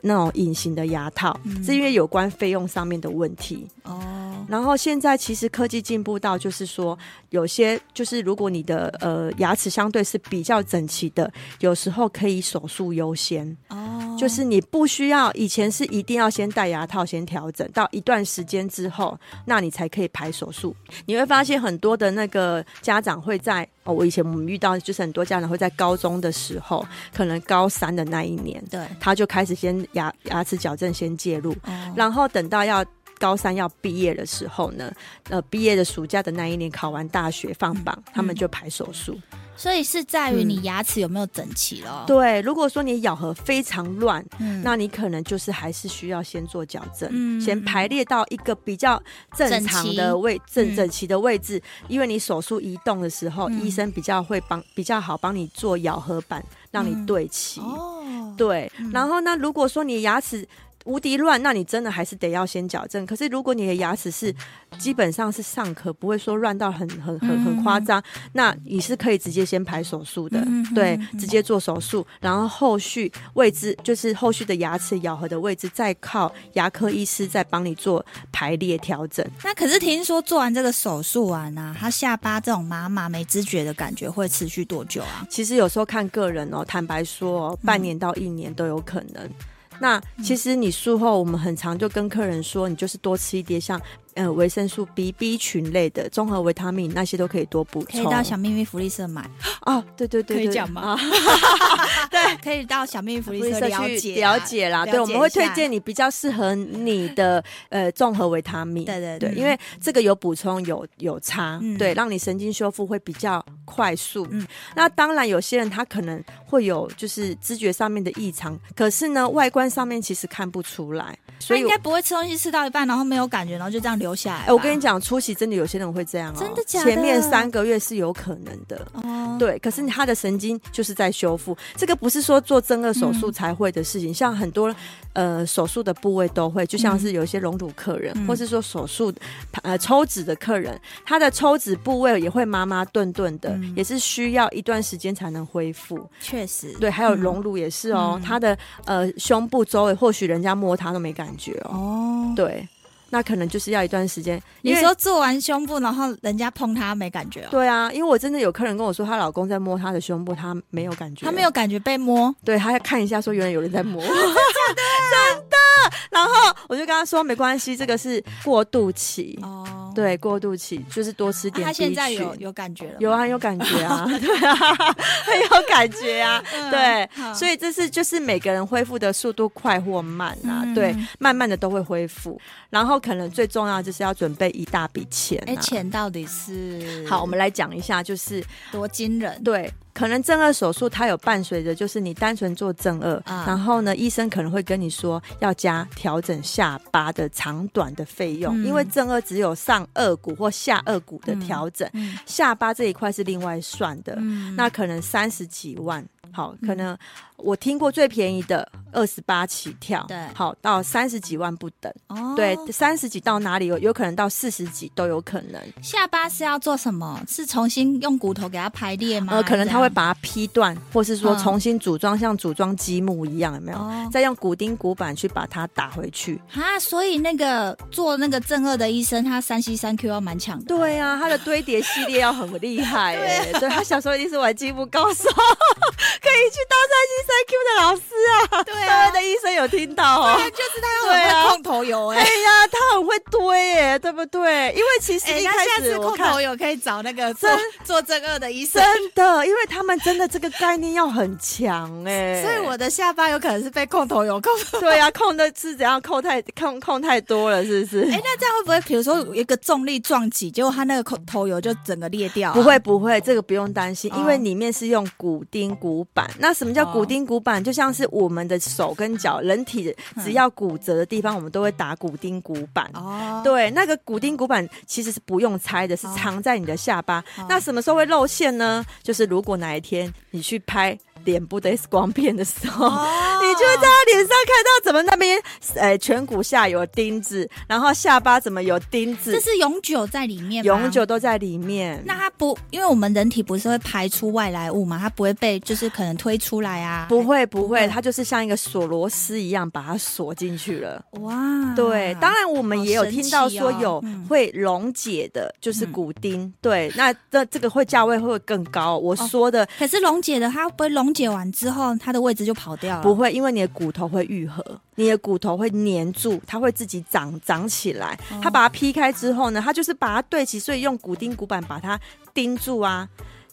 Speaker 2: 那种隐形的牙套，是因为有关费用上面的问题。
Speaker 1: 哦，
Speaker 2: 然后现在其实科技进步到，就是说有些就是如果你的呃牙齿相对是比较整齐的，有时候可以手术优先。
Speaker 1: 哦，
Speaker 2: 就是你不需要，以前是一定要先戴牙套，先调整到一段时间之后，那你才可以排手术。你会发现很多的那个家长会在哦，我以前我们遇到就是很多家长会在高中的时候，可能高三的那一年，
Speaker 1: 对，
Speaker 2: 他就开始先牙牙齿矫正先介入，
Speaker 1: 哦
Speaker 2: 然后等到要。高三要毕业的时候呢，呃，毕业的暑假的那一年，考完大学放榜，他们就排手术。
Speaker 1: 所以是在于
Speaker 2: 嗯
Speaker 1: 你牙齿有没有整齐咯。
Speaker 2: 对，如果说你咬合非常乱，
Speaker 1: 嗯，
Speaker 2: 那你可能就是还是需要先做矫正，
Speaker 1: 嗯
Speaker 2: 先排列到一个比较正常的位
Speaker 1: 整齐
Speaker 2: 正整齐的位置，因为你手术移动的时候，
Speaker 1: 嗯
Speaker 2: 医生比较会帮比较好帮你做咬合板，让你对齐。
Speaker 1: 哦，
Speaker 2: 对
Speaker 1: 嗯，
Speaker 2: 然后呢，如果说你牙齿无敌乱，那你真的还是得要先矫正。可是如果你的牙齿是基本上是上颌，不会说乱到很很很很夸张，那你是可以直接先排手术的，
Speaker 1: 嗯哼
Speaker 2: 对
Speaker 1: 嗯，哼
Speaker 2: 直接做手术，然后后续位置就是后续的牙齿咬合的位置，再靠牙科医师再帮你做排列调整。
Speaker 1: 那可是听说做完这个手术完
Speaker 2: 嗯
Speaker 1: 啊，他下巴这种麻麻没知觉的感觉会持续多久啊？
Speaker 2: 其实有时候看个人哦，坦白说、哦，
Speaker 1: 嗯
Speaker 2: 半年到一年都有可能。那其实你术后，我们很常就跟客人说，你就是多吃一些像呃维生素 B、B 群类的综合维他命那些都可以多补
Speaker 1: 可以
Speaker 2: 充。
Speaker 1: 到小秘密福利社买，
Speaker 2: 哦，对对对对，
Speaker 1: 可以讲吗
Speaker 2: 啊 (laughs)
Speaker 1: 对，可以到小秘密福利社了
Speaker 2: 去
Speaker 1: 解啊
Speaker 2: 了解啦，
Speaker 1: 了
Speaker 2: 对，我们会
Speaker 1: 解一
Speaker 2: 推
Speaker 1: 下
Speaker 2: 荐你比较适合你的呃综合维他命。
Speaker 1: 对对
Speaker 2: 对，
Speaker 1: 嗯
Speaker 2: 因为这个有补充有有差，
Speaker 1: 嗯
Speaker 2: 对，让你神经修复会比较快速。
Speaker 1: 嗯
Speaker 2: 那当然有些人他可能会有就是知觉上面的异常，可是呢外观上面其实看不出来，
Speaker 1: 他
Speaker 2: 所以
Speaker 1: 嗯应
Speaker 2: 我。
Speaker 1: 该不会吃东西吃到一半，然后没有感觉，然后就这样留下来吧。
Speaker 2: 哎，我跟你讲，初期真的有些人会这样哦，
Speaker 1: 真的假的
Speaker 2: 前面三个月是有可能的，
Speaker 1: 哦，
Speaker 2: 对，可是他的神经就是在修复，这个不是说做正颌手术
Speaker 1: 嗯
Speaker 2: 才会的事情，像很多呃手术的部位都会，就像是有一些隆乳客人，
Speaker 1: 嗯
Speaker 2: 或是说手术呃抽脂的客人，他的抽脂部位也会麻麻顿顿的，
Speaker 1: 嗯
Speaker 2: 也是需要一段时间才能恢复。
Speaker 1: 确实，
Speaker 2: 对，还有
Speaker 1: 嗯
Speaker 2: 隆乳也是哦，
Speaker 1: 嗯
Speaker 2: 他的呃胸部周围或许人家摸他都没感觉哦，
Speaker 1: 哦。
Speaker 2: 对，那可能就是要一段时间，因
Speaker 1: 你
Speaker 2: 为
Speaker 1: 说做完胸部，然后人家碰她没感觉哦，
Speaker 2: 对啊，因为我真的有客人跟我说，她老公在摸她的胸部，她没有感觉，
Speaker 1: 她没有感觉被摸，
Speaker 2: 对，他要看一下，说原来有人在
Speaker 1: (laughs)
Speaker 2: 摸，真的， (laughs) 真的。然后我就跟他说，没关系，这个是过渡期，
Speaker 1: 哦，
Speaker 2: 对，过渡期就是多吃
Speaker 1: 啊，
Speaker 2: 嗯点
Speaker 1: 她
Speaker 2: B 群。
Speaker 1: 现在有有感觉了，
Speaker 2: 有啊，很有感觉
Speaker 1: (laughs)
Speaker 2: 啊， (laughs) 对啊，很有感觉啊，
Speaker 1: 嗯
Speaker 2: 对，
Speaker 1: 好
Speaker 2: 所以这是就是每个人恢复的速度快或慢啊，
Speaker 1: 嗯
Speaker 2: 对，慢慢的都会恢复，然后可能最重要就是要准备一大笔钱、啊，
Speaker 1: 哎，钱到底是
Speaker 2: 好，我们来讲一下，就是
Speaker 1: 多惊人，
Speaker 2: 对，可能正颚手术它有伴随着，就是你单纯做正颚，
Speaker 1: 啊
Speaker 2: 然后呢，医生可能会跟你说要加调整下巴的长短的费用，
Speaker 1: 嗯
Speaker 2: 因为正颚只有上颚骨或下颚骨的调整，
Speaker 1: 嗯
Speaker 2: 下巴这一块是另外算的，
Speaker 1: 嗯
Speaker 2: 那可能三十几万。好，可能我听过最便宜的二十八起跳，
Speaker 1: 对
Speaker 2: 好到三十几万不等，
Speaker 1: 哦
Speaker 2: 对，三十几到哪里有有可能到四十几都有可能，
Speaker 1: 下巴是要做什么？是重新用骨头给它排列吗？
Speaker 2: 呃，可能他会把它劈断，或是说
Speaker 1: 嗯
Speaker 2: 重新组装，像组装积木一样，有没有？
Speaker 1: 哦
Speaker 2: 再用骨钉、骨板去把它打回去。
Speaker 1: 啊，所以那个做那个正颚的医生，他三 C 三 Q 要蛮强的。
Speaker 2: 对啊，他的堆叠系列要很厉
Speaker 1: (laughs)
Speaker 2: 害哎、
Speaker 1: 啊
Speaker 2: 对他小时候一定是玩积木高手， (laughs) 可以去当三星三 Q 的老师啊。
Speaker 1: 对
Speaker 2: 大卫的医生有听到哦。
Speaker 1: 就是他
Speaker 2: 要很会
Speaker 1: 控头油哎、
Speaker 2: 哎呀，他很会堆耶、对不对？因为其
Speaker 1: (laughs)
Speaker 2: 实
Speaker 1: 哎、
Speaker 2: 一
Speaker 1: 那
Speaker 2: 开
Speaker 1: 下
Speaker 2: 始
Speaker 1: 次
Speaker 2: 我
Speaker 1: 控
Speaker 2: 看
Speaker 1: 头油可以找那个做 (laughs) 做正颚的医生。
Speaker 2: 真的，因为他们真的这个概念要很强哎、
Speaker 1: 所以我的下巴有可能是被控头油控。
Speaker 2: 对啊，控的是怎样控太控控太多了，是不是？
Speaker 1: 哎、那这样会不会，比如说有一个重力撞击，结果他那个口头油就整个裂掉、
Speaker 2: 不，会不会，这个不用担心，
Speaker 1: 啊哦
Speaker 2: 因为里面是用骨钉骨板。那什么叫
Speaker 1: 哦
Speaker 2: 骨钉骨板？就像是我们的手跟脚，人体
Speaker 1: 嗯
Speaker 2: 只要骨折的地方，我们都会打骨钉骨板。
Speaker 1: 哦，
Speaker 2: 对，那个骨钉骨板其实是不用拆的，是
Speaker 1: 哦
Speaker 2: 藏在你的下巴。
Speaker 1: 哦
Speaker 2: 那什么时候会露馅呢？就是如果哪一天你去拍脸部的 X 光片的时候，
Speaker 1: 哦
Speaker 2: 你就会在他脸上看到怎么那边，呃，颧骨下有钉子，然后下巴怎么有钉
Speaker 1: 这
Speaker 2: 子，
Speaker 1: 是永久在里面吗，
Speaker 2: 永久都在里面。
Speaker 1: 那它不，因为我们人体不是会排出外来物嘛，它不会被就是可能推出来啊。
Speaker 2: 不会不
Speaker 1: 会
Speaker 2: 会，它就是像一个锁螺丝一样把它锁进去了。
Speaker 1: 哇，
Speaker 2: 对，当然我们
Speaker 1: 啊好
Speaker 2: 也有
Speaker 1: 神
Speaker 2: 听到
Speaker 1: 奇
Speaker 2: 说
Speaker 1: 哦
Speaker 2: 有
Speaker 1: 嗯
Speaker 2: 会溶解的，就是
Speaker 1: 嗯
Speaker 2: 骨钉。对，那这这个会价位会更高。我
Speaker 1: 哦
Speaker 2: 说的
Speaker 1: 可是溶解的，它会不会溶解完之后，它的位置就跑掉了？
Speaker 2: 不会，因为你的骨头会愈合，你的骨头会粘住，它会自己长长起来。
Speaker 1: 哦
Speaker 2: 它把它劈开之后呢，它就是把它对齐，所以用骨钉骨板把它钉住啊。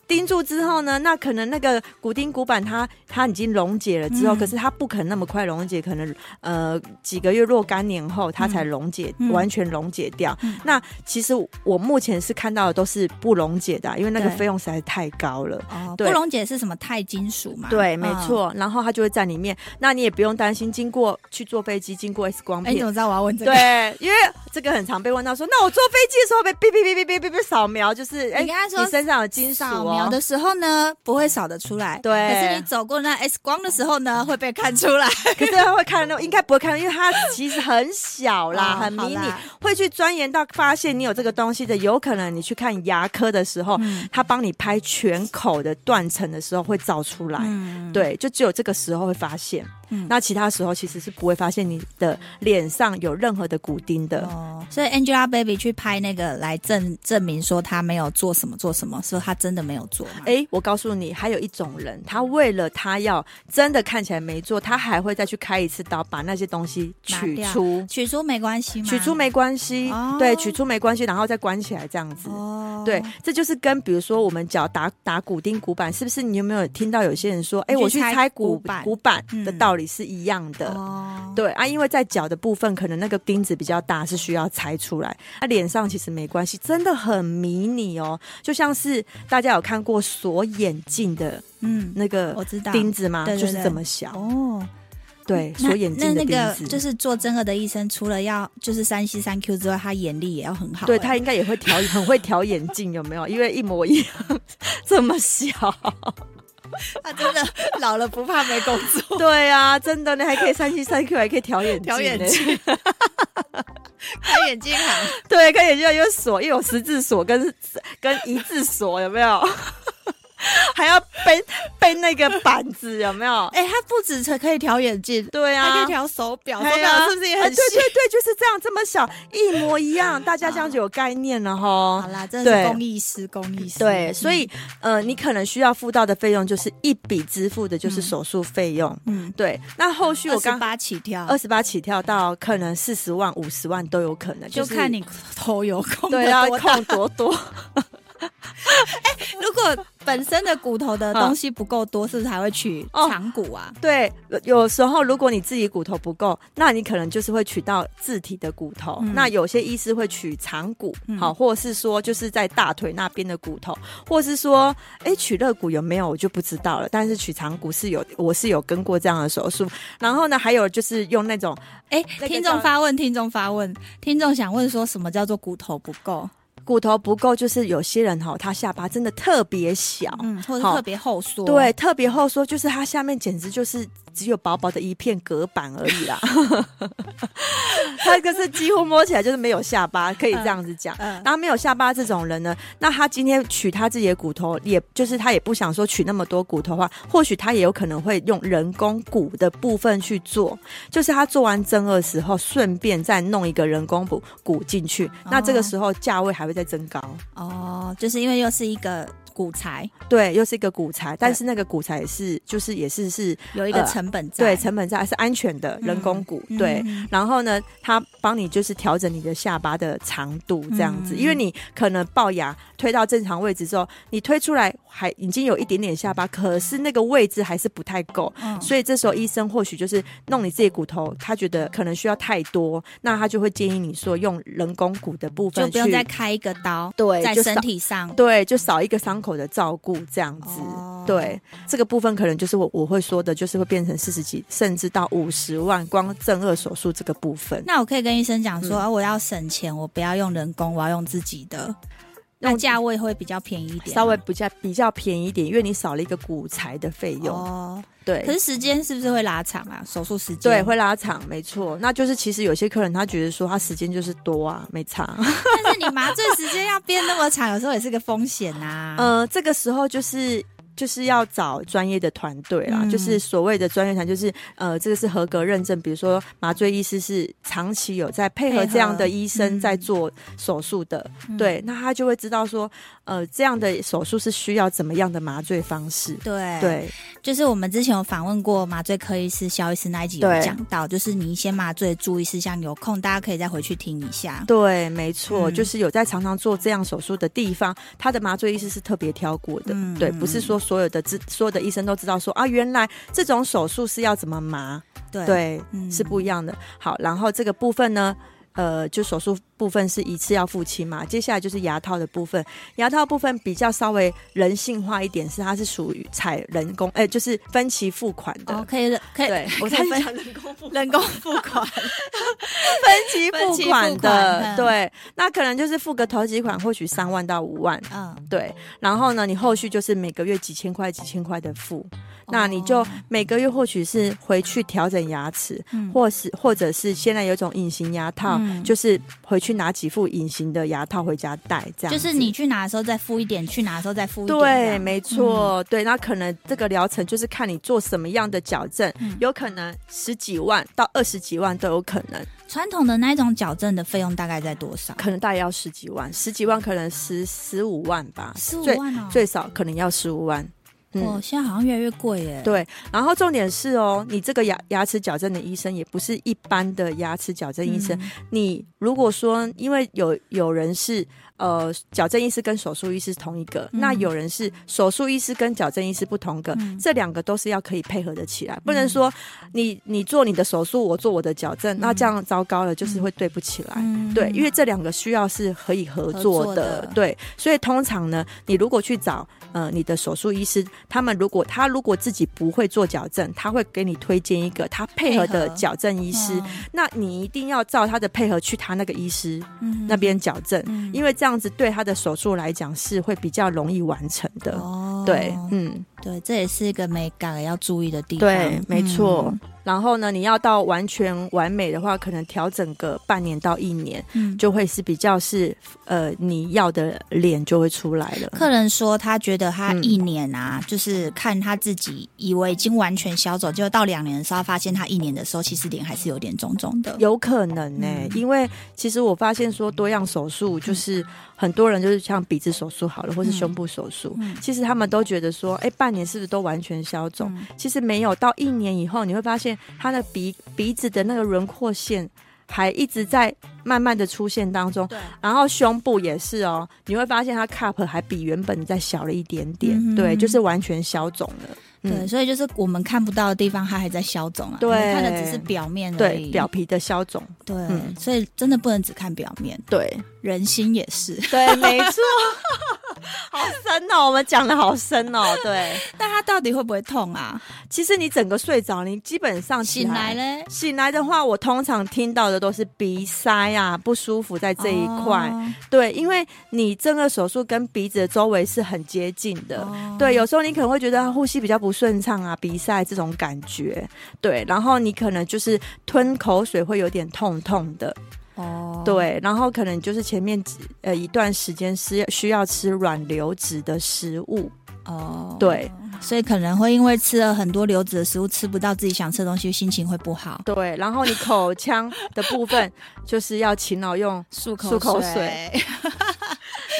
Speaker 2: 钉住之后呢，那可能那个骨钉骨板它它已经溶解了之后，
Speaker 1: 嗯
Speaker 2: 可是它不可能那么快溶解，可能呃几个月若干年后它才溶解，
Speaker 1: 嗯
Speaker 2: 完全溶解掉。
Speaker 1: 嗯
Speaker 2: 那其实我目前是看到的都是不溶解的啊、因为那个
Speaker 1: 对
Speaker 2: 费用实在太高了。
Speaker 1: 哦，不
Speaker 2: 对
Speaker 1: 溶解是什么钛金属嘛？
Speaker 2: 对，
Speaker 1: 嗯
Speaker 2: 没。错。然后它就会在里面，那你也不用担心，经过去坐飞机，经过 X 光
Speaker 1: 哎、你
Speaker 2: 片。
Speaker 1: 怎么知道我要问这个？
Speaker 2: 对，因为这个很常被问到说，那我坐飞机的时候被哔哔哔哔哔哔哔扫描，就是哎，
Speaker 1: 你跟他说
Speaker 2: 身上有金属
Speaker 1: 扫
Speaker 2: 哦，
Speaker 1: 描啊秒的时候呢，不会扫得出来。
Speaker 2: 对
Speaker 1: 可是你走过那 X 光的时候呢，会被看出来。
Speaker 2: 可是他会看得到，应该不会看到，因为它其实很小啦，
Speaker 1: 哦
Speaker 2: 很迷
Speaker 1: 好
Speaker 2: 你
Speaker 1: 啦。
Speaker 2: 会去钻研到发现你有这个东西的，有可能你去看牙科的时候，
Speaker 1: 嗯
Speaker 2: 他帮你拍全口的断层的时候会照出来。
Speaker 1: 嗯，
Speaker 2: 对，就只有这个时候会发现，
Speaker 1: 嗯
Speaker 2: 那其他时候其实是不会发现你的脸上有任何的骨钉的。
Speaker 1: 哦，所以 Angelababy 去拍那个来证证明说她没有做什么做什么，说她真的没有做嘛。
Speaker 2: 诶，我告诉你，还有一种人，他为了他要真的看起来没做，他还会再去开一次刀，把那些东西取
Speaker 1: 拿掉
Speaker 2: 出，
Speaker 1: 取出没关系吗？
Speaker 2: 取出没关系，
Speaker 1: 哦
Speaker 2: 对，取出没关系，然后再关起来这样子。
Speaker 1: 哦，
Speaker 2: 对，这就是跟比如说我们脚打打骨钉、骨板，是不是？你有没有听到有些人说，哎，
Speaker 1: 你
Speaker 2: 我
Speaker 1: 去
Speaker 2: 去
Speaker 1: 拆
Speaker 2: 拆
Speaker 1: 骨
Speaker 2: 骨
Speaker 1: 板
Speaker 2: 骨板的
Speaker 1: 嗯
Speaker 2: 道理是一样的。
Speaker 1: 哦，
Speaker 2: 对啊，因为在脚的部分，可能那个钉子比较大，是需要拆出来。啊，脸上其实没关系，真的很迷你哦，就像是大家有看过锁眼镜的
Speaker 1: 嗯，
Speaker 2: 那个
Speaker 1: 我知道。
Speaker 2: 钉子吗？
Speaker 1: 对对
Speaker 2: 就是
Speaker 1: 对
Speaker 2: 这么小，
Speaker 1: 哦，
Speaker 2: 对，
Speaker 1: 那
Speaker 2: 锁眼镜
Speaker 1: 那
Speaker 2: 的钉
Speaker 1: 那
Speaker 2: 子，
Speaker 1: 个就是做真额的医生，除了要就是三 C 三 Q 之外，他眼力也要很好、
Speaker 2: 对
Speaker 1: 欸
Speaker 2: 他应该也会调，很会调眼镜，有没有？因为一模一样， (laughs) 这么小。
Speaker 1: 他啊真的 (laughs) 老了不怕没工作，
Speaker 2: 对啊，真的，你还可以三七三 Q，还可以调眼镜
Speaker 1: 调眼
Speaker 2: 呢 (laughs)
Speaker 1: 镜，开眼睛行。
Speaker 2: 对，跟眼镜有锁，又有十字锁跟跟一字锁，有没有？还要背背那个板子，有没有？
Speaker 1: 哎、他不止可以调眼镜，
Speaker 2: 对
Speaker 1: 还可
Speaker 2: 啊
Speaker 1: 以。调手表，手
Speaker 2: 哎呀
Speaker 1: 表是不是也
Speaker 2: 哎
Speaker 1: 很
Speaker 2: 对
Speaker 1: 细？
Speaker 2: 对对，就是这样，这么小，一模一样，大家这样就有概念了
Speaker 1: 好
Speaker 2: 哈。
Speaker 1: 啦，真的是
Speaker 2: 对
Speaker 1: 公益师，公益师。
Speaker 2: 对，所以呃，你可能需要付到的费用就是一笔支付的，就是手术费用。
Speaker 1: 嗯，
Speaker 2: 对，那后续
Speaker 1: 二
Speaker 2: 我
Speaker 1: 十
Speaker 2: 刚
Speaker 1: 八起跳，
Speaker 2: 二十八起跳到可能四十万、五十万都有可能，
Speaker 1: 就是看你头有空
Speaker 2: 对啊
Speaker 1: 得
Speaker 2: 要
Speaker 1: 多大。
Speaker 2: 控多多。 (laughs)
Speaker 1: 如果本身的骨头 (laughs) 的东西不够多，是不是还会取
Speaker 2: 哦
Speaker 1: 长骨啊？
Speaker 2: 对，有有时候如果你自己骨头不够，那你可能就是会取到自体的骨头。
Speaker 1: 嗯
Speaker 2: 那有些医师会取长骨，
Speaker 1: 嗯
Speaker 2: 好、或者是说就是在大腿那边的骨头，或是说，哎，取肋骨有没有我就不知道了。但是取长骨是有，我是有跟过这样的手术。然后呢，还有就是用那种
Speaker 1: 哎、
Speaker 2: 那个
Speaker 1: 听
Speaker 2: 叫
Speaker 1: 众发问，听众发问，听众想问说什么叫做骨头不够？
Speaker 2: 骨头不够，就是有些人哈、他下巴真的特别小。
Speaker 1: 嗯，或者是
Speaker 2: 好
Speaker 1: 特别后缩？
Speaker 2: 对，，特别后缩，就是它下面简直就是只有薄薄的一片隔板而已啦。 (laughs) 它就是几乎摸起来就是没有下巴，可以这样子讲。
Speaker 1: 嗯、
Speaker 2: 然后没有下巴这种人呢，那他今天取他自己的骨头，也就是他也不想说取那么多骨头的话，或许他也有可能会用人工骨的部分去做，就是他做完正颚的时候，顺便再弄一个人工骨骨进去，那这个时候价位还会再增高。
Speaker 1: 哦，就是因为又是一个骨材，
Speaker 2: 对，又是一个骨材，但是那个骨材也是就是也是是
Speaker 1: 有一个
Speaker 2: 呃
Speaker 1: 成本在。
Speaker 2: 对，成本在是安全的人工骨，
Speaker 1: 嗯
Speaker 2: 对。
Speaker 1: 嗯
Speaker 2: 然后呢，它帮你就是调整你的下巴的长度这样子，
Speaker 1: 嗯
Speaker 2: 因为你可能龅牙推到正常位置之后，你推出来还已经有一点点下巴，可是那个位置还是不太够，
Speaker 1: 嗯
Speaker 2: 所以这时候医生或许就是弄你自己骨头，他觉得可能需要太多，那他就会建议你说用人工骨的部分
Speaker 1: 就不用
Speaker 2: 去
Speaker 1: 再开一个刀
Speaker 2: 对
Speaker 1: 在
Speaker 2: 就
Speaker 1: 身
Speaker 2: 少
Speaker 1: 体上。
Speaker 2: 对，就少一个伤口的照顾这样子。
Speaker 1: 哦
Speaker 2: 对，这个部分可能就是我我会说的，就是会变成四十几，甚至到五十万，光正颚手术这个部分。
Speaker 1: 那我可以跟医生讲说，啊我要省钱，我不要用人工，我要用自己的，那
Speaker 2: 用
Speaker 1: 价位会比较便宜一点吗，
Speaker 2: 稍微比较比较便宜一点，因为你少了一个骨材的费用，
Speaker 1: 哦。
Speaker 2: 对
Speaker 1: 可，是时间是不是会拉长啊？手术时间
Speaker 2: 对，。会拉长，没错。那就是其实有些客人他觉得说他时间就是多啊，没长。
Speaker 1: 但是你麻醉时间要变那么长，有时候也是个风险呐、啊。
Speaker 2: 呃，这个时候就是。就是要找专业的团队啦，
Speaker 1: 嗯
Speaker 2: 就是所谓的专业团，就是呃，这个是合格认证，比如说麻醉医师是长期有在配合
Speaker 1: 配合
Speaker 2: 这样的医
Speaker 1: 嗯
Speaker 2: 生在做手术的，
Speaker 1: 嗯
Speaker 2: 对，那他就会知道说，呃，这样的手术是需要怎么样的麻醉方式，
Speaker 1: 对，
Speaker 2: 对，
Speaker 1: 就是我们之前有访问过麻醉科医师肖医师那一集有
Speaker 2: 对
Speaker 1: 讲到，就是你一些麻醉的注意事项，有空大家可以再回去听一下。
Speaker 2: 对，没错，
Speaker 1: 嗯
Speaker 2: 就是有在常常做这样手术的地方，他的麻醉医师是特别挑过的，
Speaker 1: 嗯
Speaker 2: 对，不是说所有的知所有的医生都知道说啊，原来这种手术是要怎么麻，
Speaker 1: 对，
Speaker 2: 对，
Speaker 1: 嗯
Speaker 2: 是不一样的。好，然后这个部分呢，呃，就手术部分是一次要付清嘛，接下来就是牙套的部分。牙套部分比较稍微人性化一点，是它是属于采人工，哎、就是分期付款的。
Speaker 1: 哦，可以了，可以，
Speaker 2: 对，我
Speaker 1: 可
Speaker 2: 才
Speaker 1: 以分
Speaker 2: 讲人工付
Speaker 1: 人工付款，
Speaker 2: (laughs) 分期付款
Speaker 1: 分期付
Speaker 2: 的
Speaker 1: 款，嗯
Speaker 2: 对，那可能就是付个头几款，或许三万到五万，
Speaker 1: 嗯，
Speaker 2: 对。然后呢，你后续就是每个月几千块、几千块的付，那你就
Speaker 1: 哦
Speaker 2: 每个月或许是回去调整牙齿，
Speaker 1: 嗯
Speaker 2: 或是或者是现在有一种隐形牙套，
Speaker 1: 嗯
Speaker 2: 就是回去拿几副隐形的牙套回家戴，这样
Speaker 1: 就
Speaker 2: 子
Speaker 1: 是你。去拿的时候再付一点，去拿的时候再付一点，
Speaker 2: 对，没
Speaker 1: 嗯
Speaker 2: 错，对，那可能这个疗程就是看你做什么样的矫正，
Speaker 1: 嗯
Speaker 2: 有可能十几万到二十几万都有可能。
Speaker 1: 传统的那一种矫正的费用大概在多少？
Speaker 2: 可能大概要十几万，十几万可能十十五万吧，
Speaker 1: 十五
Speaker 2: 最
Speaker 1: 万哦，
Speaker 2: 最少可能要十五万。
Speaker 1: 哦，
Speaker 2: 嗯，
Speaker 1: 现在好像越来越贵耶。
Speaker 2: 对。然后重点是哦，你这个牙牙齿矫正的医生也不是一般的牙齿矫正
Speaker 1: 嗯，
Speaker 2: 医生。你如果说，因为有有人是呃矫正医师跟手术医师同一个，
Speaker 1: 嗯
Speaker 2: 那有人是手术医师跟矫正医师不同个，
Speaker 1: 嗯
Speaker 2: 这两个都是要可以配合的起来，不能说你你做你的手术，我做我的矫正，那这样糟糕了，就是会对不起来。
Speaker 1: 嗯
Speaker 2: 对，因为这两个需要是可以合
Speaker 1: 合
Speaker 2: 作
Speaker 1: 作
Speaker 2: 的，
Speaker 1: 的
Speaker 2: 对，所以通常呢，你如果去找呃你的手术医师，他们如果他如果自己不会做矫正，他会给你推荐一个他配合的
Speaker 1: 配合嗯
Speaker 2: 矫正医师，那你一定要照他的配合去他那个医师
Speaker 1: 嗯
Speaker 2: 那，边矫正，
Speaker 1: 嗯
Speaker 2: 因为这样子对他的手术来讲是会比较容易完成的。
Speaker 1: 哦
Speaker 2: 对，嗯，
Speaker 1: 对，这也是一个美感要注意的地方。
Speaker 2: 对，没错。
Speaker 1: 嗯
Speaker 2: 然后呢，你要到完全完美的话，可能调整个半年到一年，
Speaker 1: 嗯，
Speaker 2: 就会是比较是呃你要的脸就会出来了。
Speaker 1: 客人说他觉得他
Speaker 2: 嗯
Speaker 1: 一年啊，就是看他自己以为已经完全消肿，结果到两年的时候发现他一年的时候其实脸还是有点肿肿的。
Speaker 2: 有可能呢、
Speaker 1: 嗯
Speaker 2: 因为其实我发现说多样手术就是很多人就是像鼻子手术好了，或是
Speaker 1: 嗯
Speaker 2: 胸部手术，
Speaker 1: 嗯
Speaker 2: 其实他们都觉得说，哎、半年是不是都完全消肿？
Speaker 1: 嗯
Speaker 2: 其实没有，到一年以后你会发现他的鼻鼻子的那个轮廓线还一直在慢慢的出现当中，
Speaker 1: 对，
Speaker 2: 然后胸部也是哦，你会发现它 cup 还比原本再小了一点点，
Speaker 1: 嗯哼
Speaker 2: 对，就是完全消肿了。
Speaker 1: 对，
Speaker 2: 嗯，
Speaker 1: 所以就是我们看不到的地方，它还在消肿啊。
Speaker 2: 对
Speaker 1: 我们看的只是表面而
Speaker 2: 对
Speaker 1: 已。，
Speaker 2: 表皮的消肿，
Speaker 1: 对，
Speaker 2: 嗯
Speaker 1: 所以真的不能只看表面，
Speaker 2: 对
Speaker 1: 人心也是。 (laughs)
Speaker 2: (laughs) 对，没错，好深哦，我们讲的好深哦，对。
Speaker 1: 那它到底会不会痛啊？
Speaker 2: 其实你整个睡着，你基本上起
Speaker 1: 醒来嘞，
Speaker 2: 醒来的话，我通常听到的都是鼻塞啊，不舒服在这一块。
Speaker 1: 哦
Speaker 2: 对，因为你整个手术跟鼻子的周围是很接近的。
Speaker 1: 哦
Speaker 2: 对，有时候你可能会觉得呼吸比较不顺畅啊，鼻塞这种感觉。对，然后你可能就是吞口水会有点痛痛的。
Speaker 1: 哦，
Speaker 2: 对，然后可能就是前面几呃一段时间是需要吃软流质的食物。
Speaker 1: 哦，
Speaker 2: 对，
Speaker 1: 所以可能会因为吃了很多流质的食物，吃不到自己想吃的东西，心情会不好。
Speaker 2: 对，然后你口腔的部分
Speaker 1: (laughs)
Speaker 2: 就是要勤劳用，
Speaker 1: 漱
Speaker 2: 口水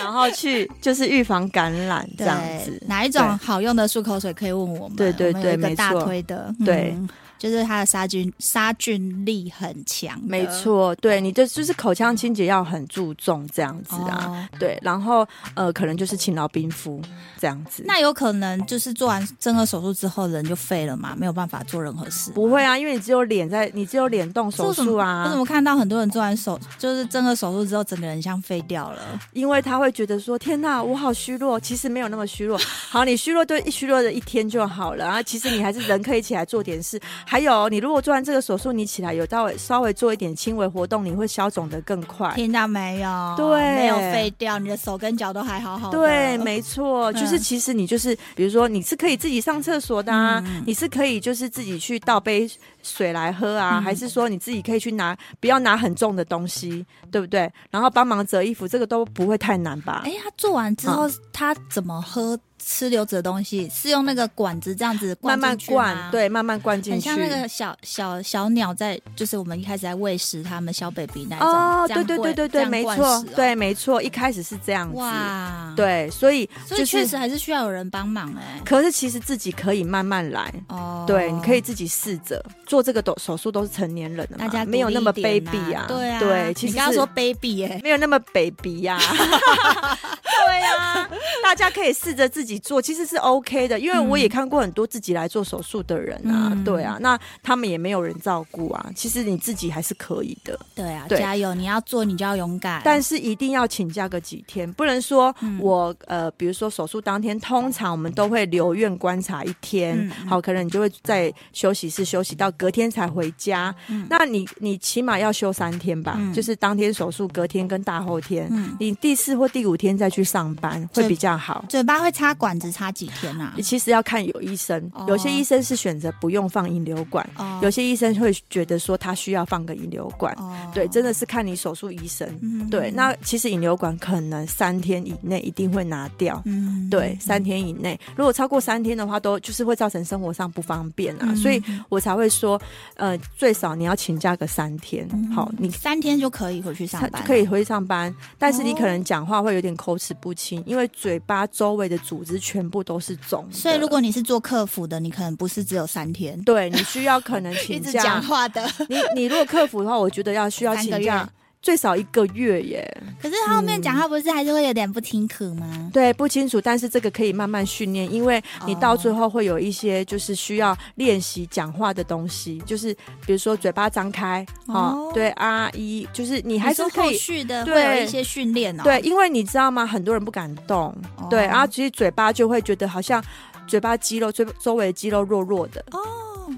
Speaker 2: 然后去就是预防感染这
Speaker 1: 对
Speaker 2: 样子。
Speaker 1: 哪一种好用的漱口水可以问我们？
Speaker 2: 对对
Speaker 1: 我们有一
Speaker 2: 对
Speaker 1: 个
Speaker 2: 没
Speaker 1: 大
Speaker 2: 错
Speaker 1: 推的，
Speaker 2: 对
Speaker 1: 嗯就是它的杀菌杀菌力很强的，
Speaker 2: 没错，对你这就是口腔清洁要很注重这样子啊，
Speaker 1: 哦
Speaker 2: 对，然后呃，可能就是勤劳冰敷这样子。
Speaker 1: 那有可能就是做完正颌手术之后人就废了嘛，没有办法做任何事。
Speaker 2: 不会啊，因为你只有脸在，你只有脸动手术
Speaker 1: 我怎
Speaker 2: 啊，
Speaker 1: 么看到很多人做完手就是正颌手术之后，整个人像废掉了？
Speaker 2: 因为他会觉得说天哪，我好虚弱，其实没有那么虚弱。好，你虚弱就一虚弱的一天就好了啊，其实你还是人可以起来做点事。 (laughs) 还有，你如果做完这个手术，你起来有到稍微做一点轻微活动，你会消肿的更快。
Speaker 1: 听到没有？
Speaker 2: 对
Speaker 1: 没有废掉，你的手跟脚都还好好的。
Speaker 2: 对，没错，就是
Speaker 1: 嗯
Speaker 2: 其实你就是，比如说你是可以自己上厕所的
Speaker 1: 嗯
Speaker 2: 啊，你是可以就是自己去倒杯水来喝啊，还是说你自己可以去拿，不要拿很重的东西，对不对？然后帮忙折衣服，这个都不会太难吧
Speaker 1: 哎、？他做完之
Speaker 2: 嗯
Speaker 1: 后，他怎么喝吃流质的东西？是用那个管子这样子灌
Speaker 2: 慢慢
Speaker 1: 进去吗
Speaker 2: 灌，，对，慢慢灌进
Speaker 1: 很
Speaker 2: 去
Speaker 1: 像。那个小小小鸟在，就是我们一开始在喂食他们小 baby 那种。
Speaker 2: 哦，
Speaker 1: 这
Speaker 2: 对
Speaker 1: 样
Speaker 2: 对对
Speaker 1: 喂这
Speaker 2: 对对，
Speaker 1: 样
Speaker 2: 没
Speaker 1: 灌
Speaker 2: 错
Speaker 1: 食哦，
Speaker 2: 对，没错，一开始是这样子，
Speaker 1: 哇，，
Speaker 2: 对，所以
Speaker 1: 所以
Speaker 2: 就
Speaker 1: 确
Speaker 2: 是
Speaker 1: 实，还是需要有人帮忙哎、
Speaker 2: 可是其实自己可以慢慢来，
Speaker 1: 哦，
Speaker 2: 对，你可以。自己试着做这个手手术，都是成年人的嘛，
Speaker 1: 大家
Speaker 2: 没有那么卑鄙
Speaker 1: 啊
Speaker 2: 啊，，
Speaker 1: 对啊，
Speaker 2: 对，其实
Speaker 1: 你刚刚
Speaker 2: 是
Speaker 1: 说卑鄙耶，
Speaker 2: 啊
Speaker 1: (laughs)
Speaker 2: 没有那么卑鄙呀，对呀、大家可以试着自己做其实是 OK 的，因为我也看过很多自己来做手术的人啊，
Speaker 1: 嗯
Speaker 2: 对啊，那他们也没有人照顾啊，其实你自己还是可以的，
Speaker 1: 对啊，
Speaker 2: 对
Speaker 1: 加油！你要做，你就要勇敢。
Speaker 2: 但是一定要请假个几天，不能说
Speaker 1: 嗯
Speaker 2: 我、呃，比如说手术当天，通常我们都会留院观察一天，
Speaker 1: 嗯嗯
Speaker 2: 好，可能你就会在休息室休息到隔天才回家，那你你起码要休三天吧，
Speaker 1: 嗯
Speaker 2: 就是当天手术，隔天跟大后天，
Speaker 1: 嗯
Speaker 2: 你第四或第五天再去上班会
Speaker 1: 这
Speaker 2: 比较好。
Speaker 1: 嘴巴会插管子插几天啊？
Speaker 2: 其实要看有医生，
Speaker 1: 哦
Speaker 2: 有些医生是选择不用放引流管，
Speaker 1: 哦
Speaker 2: 有些医生会觉得说他需要放个引流管。
Speaker 1: 哦
Speaker 2: 对，真的是看你手术医生。
Speaker 1: 嗯
Speaker 2: 对，那其实引流管可能三天以内一定会拿掉。
Speaker 1: 嗯
Speaker 2: 对，三天以内，如果超过三天的话，都就是会造成生活上不方便啊，
Speaker 1: 嗯
Speaker 2: 所以我才会说，呃，最少你要请假个三天，好，你
Speaker 1: 嗯三天就可以回去上
Speaker 2: 他
Speaker 1: 班啊了，
Speaker 2: 可以回去上班，但是你
Speaker 1: 哦
Speaker 2: 可能讲话会有点口齿不清，因为嘴巴周围的组织全部都是肿的，
Speaker 1: 所以如果你是做客服的，你可能不是只有三天，
Speaker 2: 对你需要可能
Speaker 1: 一 (laughs)
Speaker 2: 请
Speaker 1: 直
Speaker 2: 假
Speaker 1: 讲，
Speaker 2: (laughs)
Speaker 1: 话的。
Speaker 2: 你你如果克服的话，我觉得要需要
Speaker 1: 三
Speaker 2: 请
Speaker 1: 个
Speaker 2: 假
Speaker 1: 月
Speaker 2: 最少一个月耶。
Speaker 1: 可是后面讲话不是还是会有点不听可吗？
Speaker 2: 对，不清楚，但是这个可以慢慢训练，因为
Speaker 1: 哦
Speaker 2: 嗯你到最后会有一些就是需要练习讲话的东西，就是比如说嘴巴张开，哦
Speaker 1: 哦，
Speaker 2: 对啊一，就是你还是
Speaker 1: 你说
Speaker 2: 可
Speaker 1: 后
Speaker 2: 以。
Speaker 1: 续的
Speaker 2: 对
Speaker 1: 会有一些训练哦。
Speaker 2: 对，因为你知道吗？很多人不敢动，
Speaker 1: 哦
Speaker 2: 对，啊然后其实嘴巴就会觉得好像嘴巴肌肉、周周围的肌肉弱弱的，哦，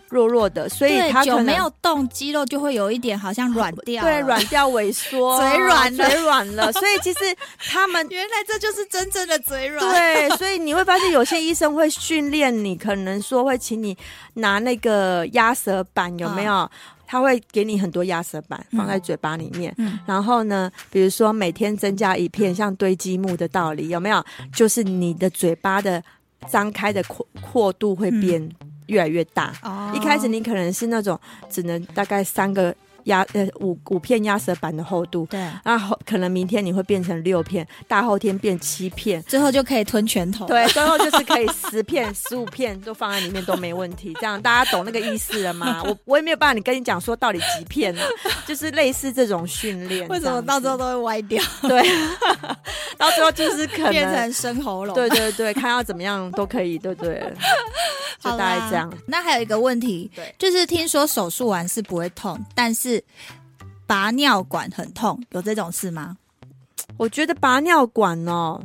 Speaker 2: 弱弱的，所以
Speaker 1: 对，
Speaker 2: 他
Speaker 1: 久
Speaker 2: 可能
Speaker 1: 没有动，肌肉就会有一点好像软掉。
Speaker 2: 对，软掉萎缩，
Speaker 1: 嘴软了
Speaker 2: 嘴软了，所以其实他们
Speaker 1: (laughs) 原来这就是真正的嘴软。
Speaker 2: 对，所以你会发现有些医生会训练你，可能说会请你拿那个压舌板，有
Speaker 1: 嗯
Speaker 2: 没有？他会给你很多压舌板放在嘴巴里面，
Speaker 1: 嗯
Speaker 2: 然后呢，比如说每天增加一片，像堆积木的道理，有没有？就是你的嘴巴的张开的阔阔度会变越来越大。
Speaker 1: 嗯哦
Speaker 2: 一开始你可能是那种只能大概三个压呃五五片压舌板的厚度，
Speaker 1: 对，
Speaker 2: 那后可能明天你会变成六片，大后天变七片，
Speaker 1: 最后就可以吞拳头。 (laughs)
Speaker 2: (laughs) 对，最后就是可以十片、 (laughs) 十五片都放在里面都没问题，这样大家懂那个意思
Speaker 1: (laughs)
Speaker 2: 了吗？我我也没有办法，你跟你讲说到底几片呢、就是类似这种训练。
Speaker 1: 为什么
Speaker 2: 这样子
Speaker 1: 到最后都会歪
Speaker 2: (laughs)
Speaker 1: 掉，
Speaker 2: 对，到最后就是可
Speaker 1: 变
Speaker 2: 能
Speaker 1: 成生喉咙？
Speaker 2: 对对对，看要怎么样都可以，对
Speaker 1: (laughs)
Speaker 2: 不对？就
Speaker 1: 好
Speaker 2: 大概
Speaker 1: 啦
Speaker 2: 这样。。
Speaker 1: 那还有一个问题，
Speaker 2: 对
Speaker 1: 就是听说手术完是不会痛，但是拔尿管很痛，有这种事吗？
Speaker 2: 我觉得拔尿管哦。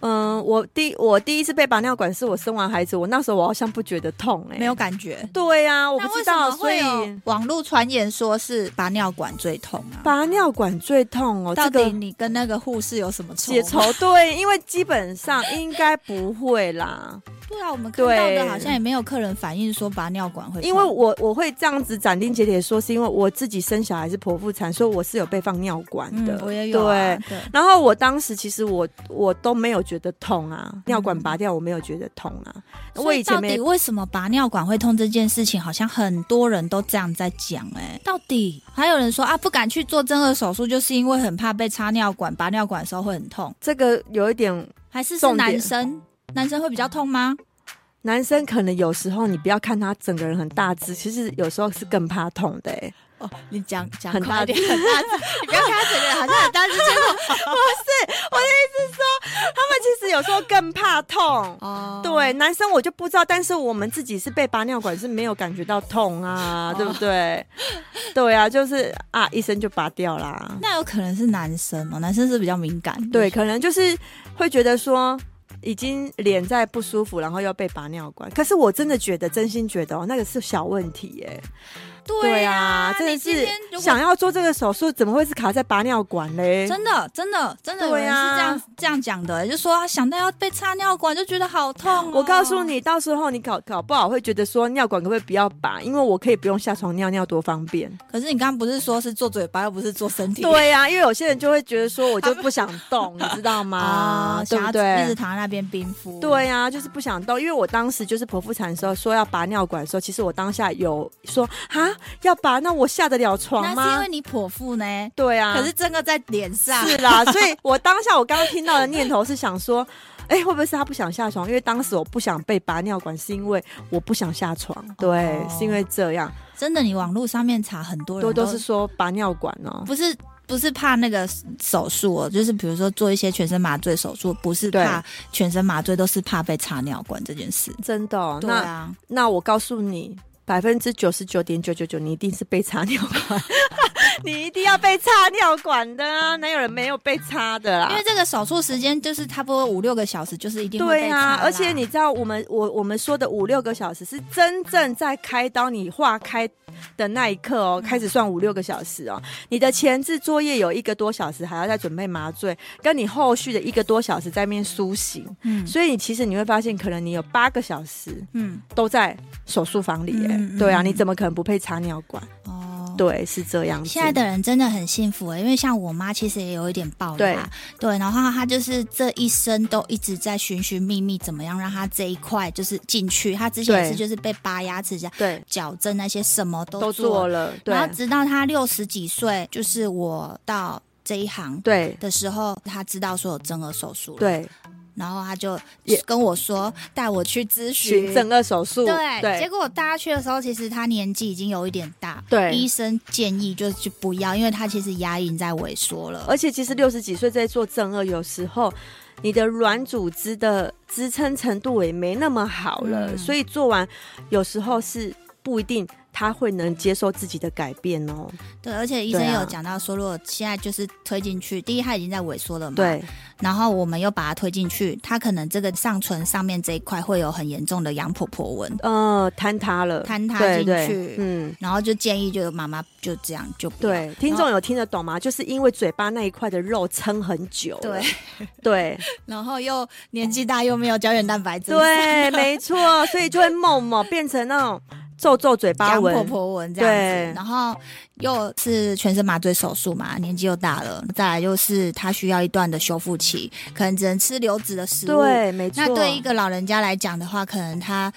Speaker 2: 嗯，我第我第一次被拔尿管是我生完孩子，我那时候我好像不觉得痛哎、
Speaker 1: 没有。感觉。
Speaker 2: 对呀、我
Speaker 1: 我
Speaker 2: 不知道，所以
Speaker 1: 网络传言说是拔尿管最痛啊。
Speaker 2: 拔尿管最痛哦。
Speaker 1: 到
Speaker 2: 这
Speaker 1: 底
Speaker 2: 个
Speaker 1: 你跟那个护士有什么仇吗？
Speaker 2: 解愁对，因为基本上应该不会啦，
Speaker 1: 对啊，我们看到
Speaker 2: 对
Speaker 1: 的好像也没有客人反映说拔尿管会痛，
Speaker 2: 因为我我会这样子斩钉截铁地说，是因为我自己生小孩是剖腹产，所以我是有被放尿管的，
Speaker 1: 嗯，我也有啊、
Speaker 2: 对。
Speaker 1: 对，
Speaker 2: 然后我当时其实我我都没有觉得痛啊，尿管拔掉我没有觉得痛啊，我
Speaker 1: 所
Speaker 2: 以
Speaker 1: 以
Speaker 2: 前
Speaker 1: 到
Speaker 2: 没
Speaker 1: 底为什么拔尿管会痛这件事情，好像很多人都这样在讲哎、到底还有人说啊，不敢去做正颌手术，就是因为很怕被插尿管，拔尿管的时候会很痛，
Speaker 2: 这个有一点，
Speaker 1: 还是是
Speaker 2: 重点
Speaker 1: 男生？男生会比较痛吗？
Speaker 2: 男生可能有时候你不要看他整个人很大只，其实有时候是更怕痛的、欸。
Speaker 1: 哦， (laughs) 你讲讲
Speaker 2: 很大
Speaker 1: 快一点，很大字，你不要看他整个人好像很大只，结果。
Speaker 2: 他们其实有时候更怕痛
Speaker 1: (laughs)
Speaker 2: (laughs)
Speaker 1: 哦，
Speaker 2: 对，男生我就不知道，但是我们自己是被拔尿管是没有感觉到痛
Speaker 1: 哦
Speaker 2: 啊，对不对？对啊，就是啊，医生就拔掉啦。
Speaker 1: 那有可能是男生哦，男生是比较敏感，
Speaker 2: 对，，可能就是会觉得说已经脸在不舒服，然后要被拔尿管。可是我真的觉得，真心觉得哦，那个是小问题耶、
Speaker 1: 对
Speaker 2: 啊
Speaker 1: 啊，，
Speaker 2: 真的
Speaker 1: 你今
Speaker 2: 是
Speaker 1: 天如果
Speaker 2: 想要做这个手术，怎么会是卡在拔尿管嘞？
Speaker 1: 真的，真的，真的有
Speaker 2: 对
Speaker 1: 人是这样、
Speaker 2: 啊
Speaker 1: 这样讲的、欸就说啊想到要被插尿管就觉得好痛哦、
Speaker 2: 我告诉你，到时候你搞搞不好会觉得说尿管可不可以不要拔，因为我可以不用下床尿尿，多方便。
Speaker 1: 可是你刚刚不是说是做嘴巴，又不是做身体？
Speaker 2: 对呀、啊因为有些人就会觉得说，我就不想
Speaker 1: (laughs)
Speaker 2: 动，你知道吗？
Speaker 1: 啊，
Speaker 2: 对
Speaker 1: 想
Speaker 2: 不
Speaker 1: 要一直
Speaker 2: 对？
Speaker 1: 躺在那边冰敷。
Speaker 2: 对呀、就是不想动，因为我当时就是剖腹产的时候说要拔尿管的时候，其实我当下有说啊要拔，那我下得了床
Speaker 1: 那是因
Speaker 2: 吗
Speaker 1: 为？你剖腹呢，
Speaker 2: 对啊，
Speaker 1: 可是这个在脸上。
Speaker 2: 是啦， (laughs) 所以我当下我刚刚听到的念头是想说，哎、会不会是他不想下床？因为当时我不想被拔尿管，是因为我不想下床，对，
Speaker 1: 哦
Speaker 2: 是因为这样，
Speaker 1: 真的，你网络上面查很多人
Speaker 2: 多
Speaker 1: 都
Speaker 2: 都是说拔尿管哦、
Speaker 1: 不是。不是怕那个手术哦，就是比如说做一些全身麻醉手术，不是
Speaker 2: 对
Speaker 1: 怕全身麻醉，都是怕被插尿管这件事。
Speaker 2: 真的哦、
Speaker 1: 对
Speaker 2: 那
Speaker 1: 啊，
Speaker 2: 那我告诉你，百分之九十九点九九九，你一定是被插尿管， (laughs) 你一定要被插尿管的啊！哪有人没有被插的啦
Speaker 1: 因？为这个手术时间就是差不多五六个小时，就是一定会
Speaker 2: 对
Speaker 1: 被插啦
Speaker 2: 啊，而且你知道，我们我我们说的五六个小时是真正在开刀，你划开的那一刻
Speaker 1: 嗯
Speaker 2: 哦，开始算五六个小时哦。你的前置作业有一个多小时，还要再准备麻醉，跟你后续的一个多小时在面苏醒，
Speaker 1: 嗯
Speaker 2: 所以你其实你会发现，可能你有八个小时
Speaker 1: 嗯
Speaker 2: 都在手术房里耶。
Speaker 1: 嗯嗯
Speaker 2: 对啊，
Speaker 1: 嗯
Speaker 2: 你怎么可能不配插尿管？
Speaker 1: 哦。
Speaker 2: 对，是这样子。
Speaker 1: 现在的人真的很幸福、欸，因为像我妈其实也有一点爆发，对，然后她就是这一生都一直在寻寻觅觅，怎么样让她这一块就是进去。她之前
Speaker 2: 对
Speaker 1: 是就是被拔牙齿、
Speaker 2: 对
Speaker 1: 矫正那些什么
Speaker 2: 都
Speaker 1: 都
Speaker 2: 做
Speaker 1: 做，
Speaker 2: 了，对
Speaker 1: 然后直到她六十几岁，就是我到这一行
Speaker 2: 对
Speaker 1: 的时候，她知道说有增额手术了，，
Speaker 2: 对，
Speaker 1: 然后她就
Speaker 2: 也
Speaker 1: 跟我说带我去咨询
Speaker 2: 寻。整个手术，
Speaker 1: 对，结
Speaker 2: 对
Speaker 1: 果大家去的时候，其实她年纪已经有一点大，
Speaker 2: 对
Speaker 1: 医生建议就是去不要，因为她其实牙龈在萎缩了。
Speaker 2: 而且其实六十几岁在做正二，有时候你的软组织的支撑程度也没那么好了，
Speaker 1: 嗯
Speaker 2: 所以做完有时候是不一定他会能接受自己的改变哦。
Speaker 1: 对，而且医生
Speaker 2: 对啊
Speaker 1: 有讲到说，如果现在就是推进去，第一它已经在萎缩了嘛，。
Speaker 2: 对
Speaker 1: 然后我们又把它推进去，它可能这个上唇上面这一块会有很严重的羊婆婆纹，
Speaker 2: 呃，坍塌了，
Speaker 1: 坍塌
Speaker 2: 对
Speaker 1: 进
Speaker 2: 对
Speaker 1: 去
Speaker 2: 嗯。
Speaker 1: 然后就建议就妈妈就这样就不要。
Speaker 2: 对，听众有听得懂吗？就是因为嘴巴那一块的肉撑很久了，
Speaker 1: 对，
Speaker 2: 对 (laughs)
Speaker 1: 然后又年纪大又没有胶原蛋白质，， (laughs)
Speaker 2: 对，没错，所以就会梦梦变成那种皱皱嘴巴
Speaker 1: 羊
Speaker 2: 纹，
Speaker 1: 婆婆纹这样
Speaker 2: 对
Speaker 1: 子，然后又是全身麻醉手术嘛，年纪又大了，再来就是她需要一段的修复期，可能只能吃流质的食物，
Speaker 2: 对，没错。
Speaker 1: 那对一个老人家来讲的话，可能他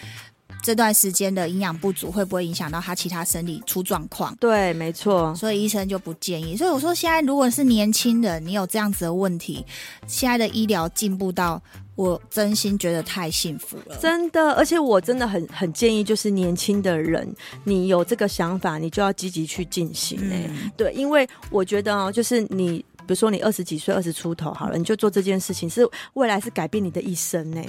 Speaker 1: 这段时间的营养不足，会不会影响到他其他生理出状况？
Speaker 2: 对，没错，
Speaker 1: 所以医生就不建议。所以我说，现在如果是年轻人，你有这样子的问题，现在的医疗进步到我真心觉得太幸福了。
Speaker 2: 真的，而且我真的很很建议，就是年轻的人，你有这个想法，你就要积极去进行、欸。
Speaker 1: 嗯
Speaker 2: (laughs) 对，因为我觉得哦，就是你。比如说你二十几岁、二十出头好了，你就做这件事情，是未来是改变你的一生呢、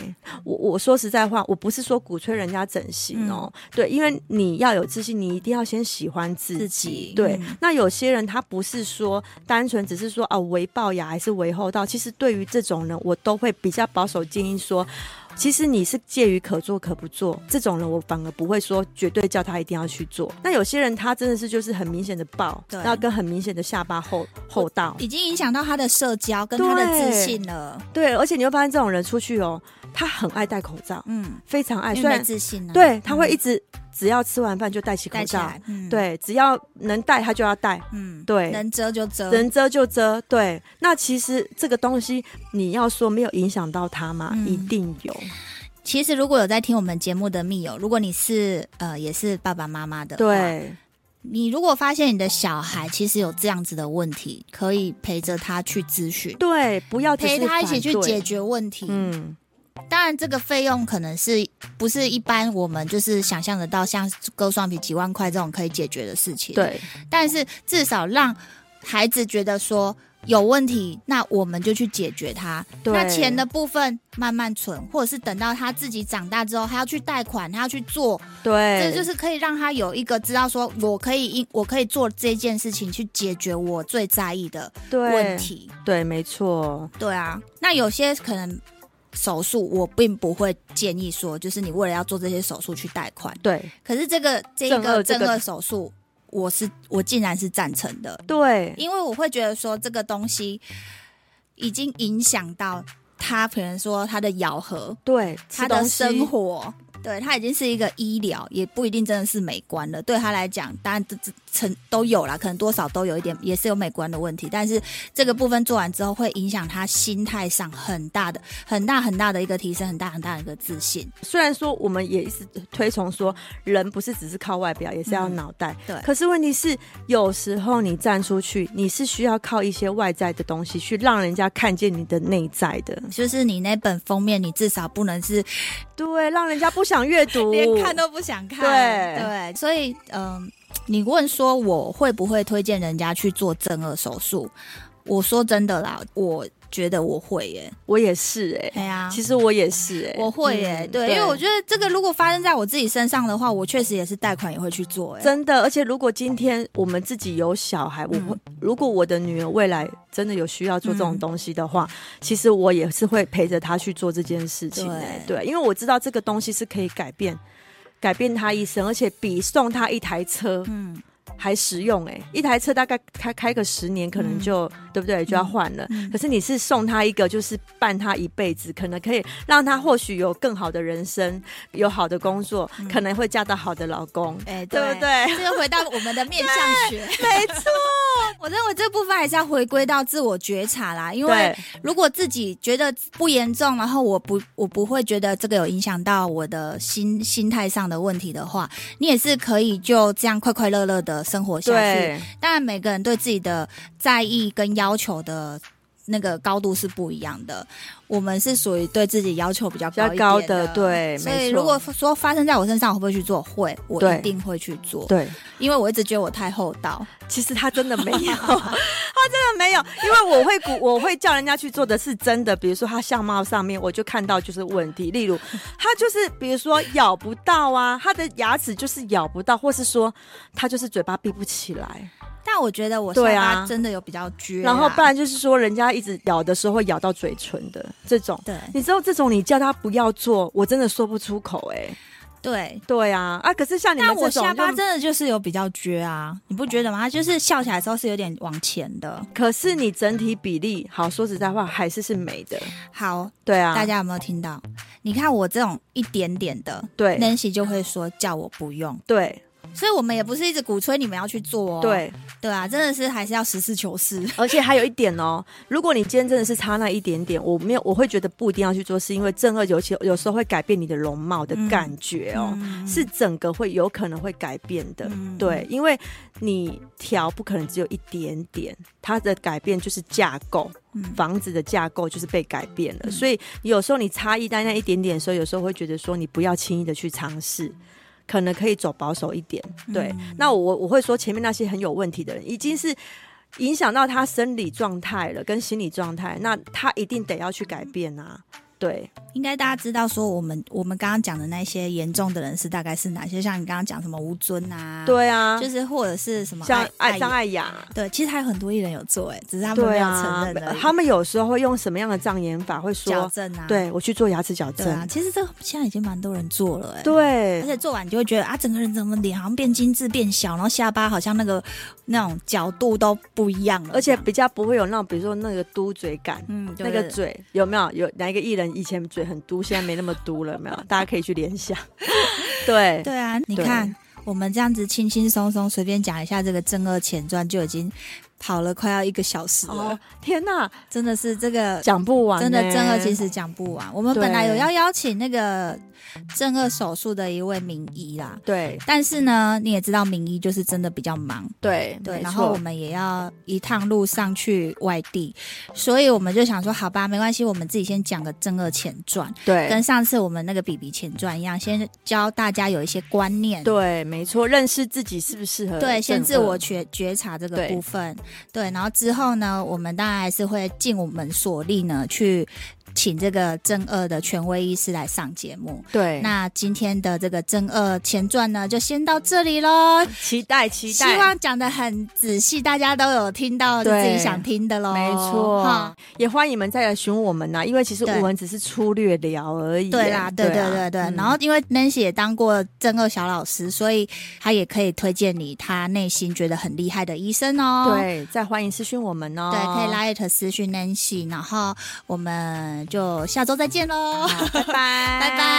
Speaker 2: 我我说实在话，我不是说鼓吹人家整形哦，对，因为你要有自信，你一定要先喜欢自己。
Speaker 1: 自己
Speaker 2: 对，
Speaker 1: 嗯
Speaker 2: 那有些人他不是说单纯只是说啊围龅牙还是围后道，其实对于这种人，我都会比较保守建议说。其实你是介于可做可不做这种人，我反而不会说绝对叫他一定要去做。那有些人他真的是就是很明显的爆，
Speaker 1: 对
Speaker 2: 然后跟很明显的下巴后后道，
Speaker 1: 已经影响到他的社交跟他的自信了。
Speaker 2: 对。而且你会发现这种人出去哦，他很爱戴口罩，
Speaker 1: 嗯，
Speaker 2: 非常爱，
Speaker 1: 因
Speaker 2: 虽
Speaker 1: 为没
Speaker 2: 然
Speaker 1: 自信啊，
Speaker 2: 对他会
Speaker 1: 嗯
Speaker 2: 一直只要吃完饭就戴起口
Speaker 1: 戴起
Speaker 2: 罩，
Speaker 1: 来。嗯，，
Speaker 2: 对，只要能戴他就要戴，
Speaker 1: 嗯，
Speaker 2: 对，
Speaker 1: 能遮就遮。
Speaker 2: 能遮就遮，对。那其实这个东西，你要说没有影响到他吗？
Speaker 1: 嗯
Speaker 2: 一定有，
Speaker 1: 其实如果有在听我们节目的密友，如果你是呃也是爸爸妈妈的，。
Speaker 2: 对
Speaker 1: 你如果发现你的小孩其实有这样子的问题，可以陪着他去咨询，
Speaker 2: 对，不要只是
Speaker 1: 陪他一起去
Speaker 2: 反对
Speaker 1: 解。决问题。
Speaker 2: 嗯，
Speaker 1: 当然，这个费用可能是不是一般我们就是想象得到，像割双皮几万块这种可以解决的事情。，
Speaker 2: 对
Speaker 1: 但是至少让孩子觉得说有问题，那我们就去解决它。
Speaker 2: 对。
Speaker 1: 那钱的部分慢慢存，或者是等到他自己长大之后，他要去贷款，他要去做，
Speaker 2: 对，
Speaker 1: 这就是可以让他有一个知道说，我可以因我可以做这件事情去解决我最在意的
Speaker 2: 对
Speaker 1: 问。题。
Speaker 2: 对，没错，
Speaker 1: 对啊，那有些可能手术，我并不会建议说，就是你为了要做这些手术去贷款。
Speaker 2: 对
Speaker 1: 可是这个这一
Speaker 2: 正二
Speaker 1: 个
Speaker 2: 这个
Speaker 1: 正二手术，我是我竟然是赞成的，
Speaker 2: 对
Speaker 1: 因为我会觉得说这个东西已经影响到他，比如说他的咬合，
Speaker 2: 对，
Speaker 1: 他
Speaker 2: 吃
Speaker 1: 的
Speaker 2: 东西
Speaker 1: 生活，对他已经是一个医疗，也不一定真的是美观了。对他来讲，当然这这成都有啦，可能多少都有一点，也是有美观的问题。但是这个部分做完之后，会影响他心态上很大的、很大很大的一个提升，很大很大的一个自信。
Speaker 2: 虽然说我们也一直推崇说，人不是只是靠外表，也是要脑袋。
Speaker 1: 嗯对
Speaker 2: 可是问题是，有时候你站出去，你是需要靠一些外在的东西去让人家看见你的内在的，
Speaker 1: 就是你那本封面，你至少不能是
Speaker 2: 对，让人家不想阅读，
Speaker 1: 连看都不想看。
Speaker 2: 哦对
Speaker 1: 对，所以嗯。你问说我会不会推荐人家去做正颚手术？我说真的啦，我觉得我会耶、
Speaker 2: 我也是哎、
Speaker 1: 哎呀
Speaker 2: 其实我也是哎、
Speaker 1: 我会耶、
Speaker 2: 嗯
Speaker 1: 对，因为我觉得这个如果发生在我自己身上的话，我确实也是贷款也会去做、哎，
Speaker 2: 真的，而且如果今天我们自己有小孩，我
Speaker 1: 嗯
Speaker 2: 会、如果我的女儿未来真的有需要做这种东西的
Speaker 1: 嗯
Speaker 2: 话，其实我也是会陪着她去做这件事情、欸。对，因为我知道这个东西是可以改变，改变她一生，而且比送她一台车，嗯。还实用哎、欸一台车大概开开个十年，可能
Speaker 1: 嗯
Speaker 2: 就、对不对，就要换了。可是你是送她一个，就是伴她一辈子，可能可以让她或许有更好的人生，有好的工作，
Speaker 1: 嗯
Speaker 2: 可能会嫁到好的老公，
Speaker 1: 哎、
Speaker 2: 对不对？
Speaker 1: 这个回到我们的面相学，
Speaker 2: 没错，
Speaker 1: (laughs) 我认为这部分还是要回归到自我觉察啦，因为
Speaker 2: 对
Speaker 1: 如果自己觉得不严重，然后我不我不会觉得这个有影响到我的心心态上的问题的话，你也是可以就这样快快乐乐的生活下去。
Speaker 2: 对
Speaker 1: 当然，每个人对自己的在意跟要求的。那个高度是不一样的，我们是属于对自己要求比较高一
Speaker 2: 比
Speaker 1: 点
Speaker 2: 较高
Speaker 1: 的
Speaker 2: 的对
Speaker 1: 所以
Speaker 2: 没错
Speaker 1: 如果说发生在我身上，我会不会去做？会，我
Speaker 2: 对
Speaker 1: 一定会去做，
Speaker 2: 对，
Speaker 1: 因为我一直觉得我太厚道。
Speaker 2: 其实他真的没有，他真的没有，因为我会鼓，我会叫人家去做的是真的，比如说他相貌上面，我就看到就是问题，例如他就是比如说咬不到啊，他的牙齿就是咬不到，或是说他就是嘴巴闭不起来，
Speaker 1: 但我觉得我下
Speaker 2: 对
Speaker 1: 巴
Speaker 2: 啊
Speaker 1: 真的有比较撅啊、
Speaker 2: 然后不然就是说人家一直咬的时候会咬到嘴唇的这种。
Speaker 1: 对
Speaker 2: 你知道这种你叫他不要做，我真的说不出口哎、
Speaker 1: 对。
Speaker 2: 对啊，啊，可是像你们
Speaker 1: 但
Speaker 2: 这
Speaker 1: 我
Speaker 2: 种
Speaker 1: 下巴
Speaker 2: 就
Speaker 1: 真的就是有比较撅啊，你不觉得吗？它就是笑起来的时候是有点往前的。
Speaker 2: 可是你整体比例，好说实在话还是是美的，
Speaker 1: 好，
Speaker 2: 对啊，
Speaker 1: 大家有没有听到？你看我这种一点点的
Speaker 2: 对
Speaker 1: ，Nancy 就会说叫我不用，
Speaker 2: 对
Speaker 1: 所以我们也不是一直鼓吹你们要去做哦。
Speaker 2: 对，
Speaker 1: 对啊，真的是还是要实事求是。
Speaker 2: 而且还有一点哦，如果你今天真的是差那一点点，我没有，我会觉得不一定要去做，是因为正二尤其有时候会改变你的容貌的感觉哦，是整个会有可能会改变的，
Speaker 1: 嗯
Speaker 2: 对，因为你调不可能只有一点点，它的改变就是架构。
Speaker 1: 嗯
Speaker 2: 房子的架构就是被改变了，所以有时候你差异单那一点点的时候，有时候会觉得说你不要轻易的去尝试，可能可以走保守一点。对，
Speaker 1: 嗯
Speaker 2: 那我我会说前面那些很有问题的人，已经是影响到他生理状态了，跟心理状态，那他一定得要去改变啊。对，
Speaker 1: 应该大家知道说我们我们刚刚讲的那些严重的人是大概是哪些？像你刚刚讲什么吴尊啊，、
Speaker 2: 对啊，
Speaker 1: 就是或者是什么
Speaker 2: 像爱
Speaker 1: 爱啊
Speaker 2: 张爱雅，
Speaker 1: 对，其实还有很多艺人有做、哎，只是他们没
Speaker 2: 对
Speaker 1: 有
Speaker 2: 啊
Speaker 1: 承认而已，
Speaker 2: 他们有时候会用什么样的障眼法，会
Speaker 1: 矫
Speaker 2: 说，
Speaker 1: 正啊，
Speaker 2: 对我去做牙齿矫
Speaker 1: 对啊，
Speaker 2: 正，
Speaker 1: 其实这个现在已经蛮多人做了、哎，
Speaker 2: 对
Speaker 1: 而且做完你就会觉得啊，整个人怎么脸好像变精致、变小，然后下巴好像那个那种角度都不一样了，
Speaker 2: 而且
Speaker 1: 这样
Speaker 2: 比较不会有那种，比如说那个嘟嘴感。
Speaker 1: 嗯，
Speaker 2: 那
Speaker 1: 对
Speaker 2: 个，嘴有没有？有哪一个艺人以前嘴很嘟，现在没那么嘟了？
Speaker 1: (laughs)
Speaker 2: 有没有？大家可以去联想。对
Speaker 1: 对对啊，你看我们这样子轻轻松松随便讲一下这个正二前传就已经跑了快要一个小时了，
Speaker 2: 哦，天哪，
Speaker 1: 真的是这个。
Speaker 2: 讲不完、
Speaker 1: 真的，正二其
Speaker 2: 实
Speaker 1: 实讲不完。我们本来有
Speaker 2: 对
Speaker 1: 要邀请那个正二手术的一位名医啦，
Speaker 2: 对
Speaker 1: 但是呢，你也知道名医就是真的比较忙，
Speaker 2: 对
Speaker 1: 对，
Speaker 2: 没
Speaker 1: 然后
Speaker 2: 错
Speaker 1: 我们也要一趟路上去外地，所以我们就想说，好吧，没关系，我们自己先讲个正二前传，
Speaker 2: 对
Speaker 1: 跟上次我们那个比比前传一样，先教大家有一些观念。
Speaker 2: 对，没错，认识自己适不适合。
Speaker 1: 对，先自我。觉觉察这个
Speaker 2: 对
Speaker 1: 部分，对，然后之后呢，我们当然还是会尽我们所力呢，去请这个正二的权威医师来上节目。
Speaker 2: 对，
Speaker 1: 那今天的这个正二前传呢，就先到这里喽。
Speaker 2: 期待期
Speaker 1: 希
Speaker 2: 待，
Speaker 1: 望讲的很仔细，大家都有听到就
Speaker 2: 对
Speaker 1: 自己想听的喽。
Speaker 2: 没错
Speaker 1: 哈，
Speaker 2: 哦也欢迎你们再来询问我们呐、因为其实
Speaker 1: 对
Speaker 2: 我们只是粗略聊而已。
Speaker 1: 对啦，对对
Speaker 2: 啊
Speaker 1: 对对。
Speaker 2: 嗯
Speaker 1: 然后因为 Nancy 也当过正二小老师，所以他也可以推荐你他内心觉得很厉害的医生哦。。
Speaker 2: 对，再欢迎私讯我们哦。
Speaker 1: 对，可以。来 at 私讯 Nancy，然后我们就下周再见喽，
Speaker 2: 拜拜，
Speaker 1: 拜拜。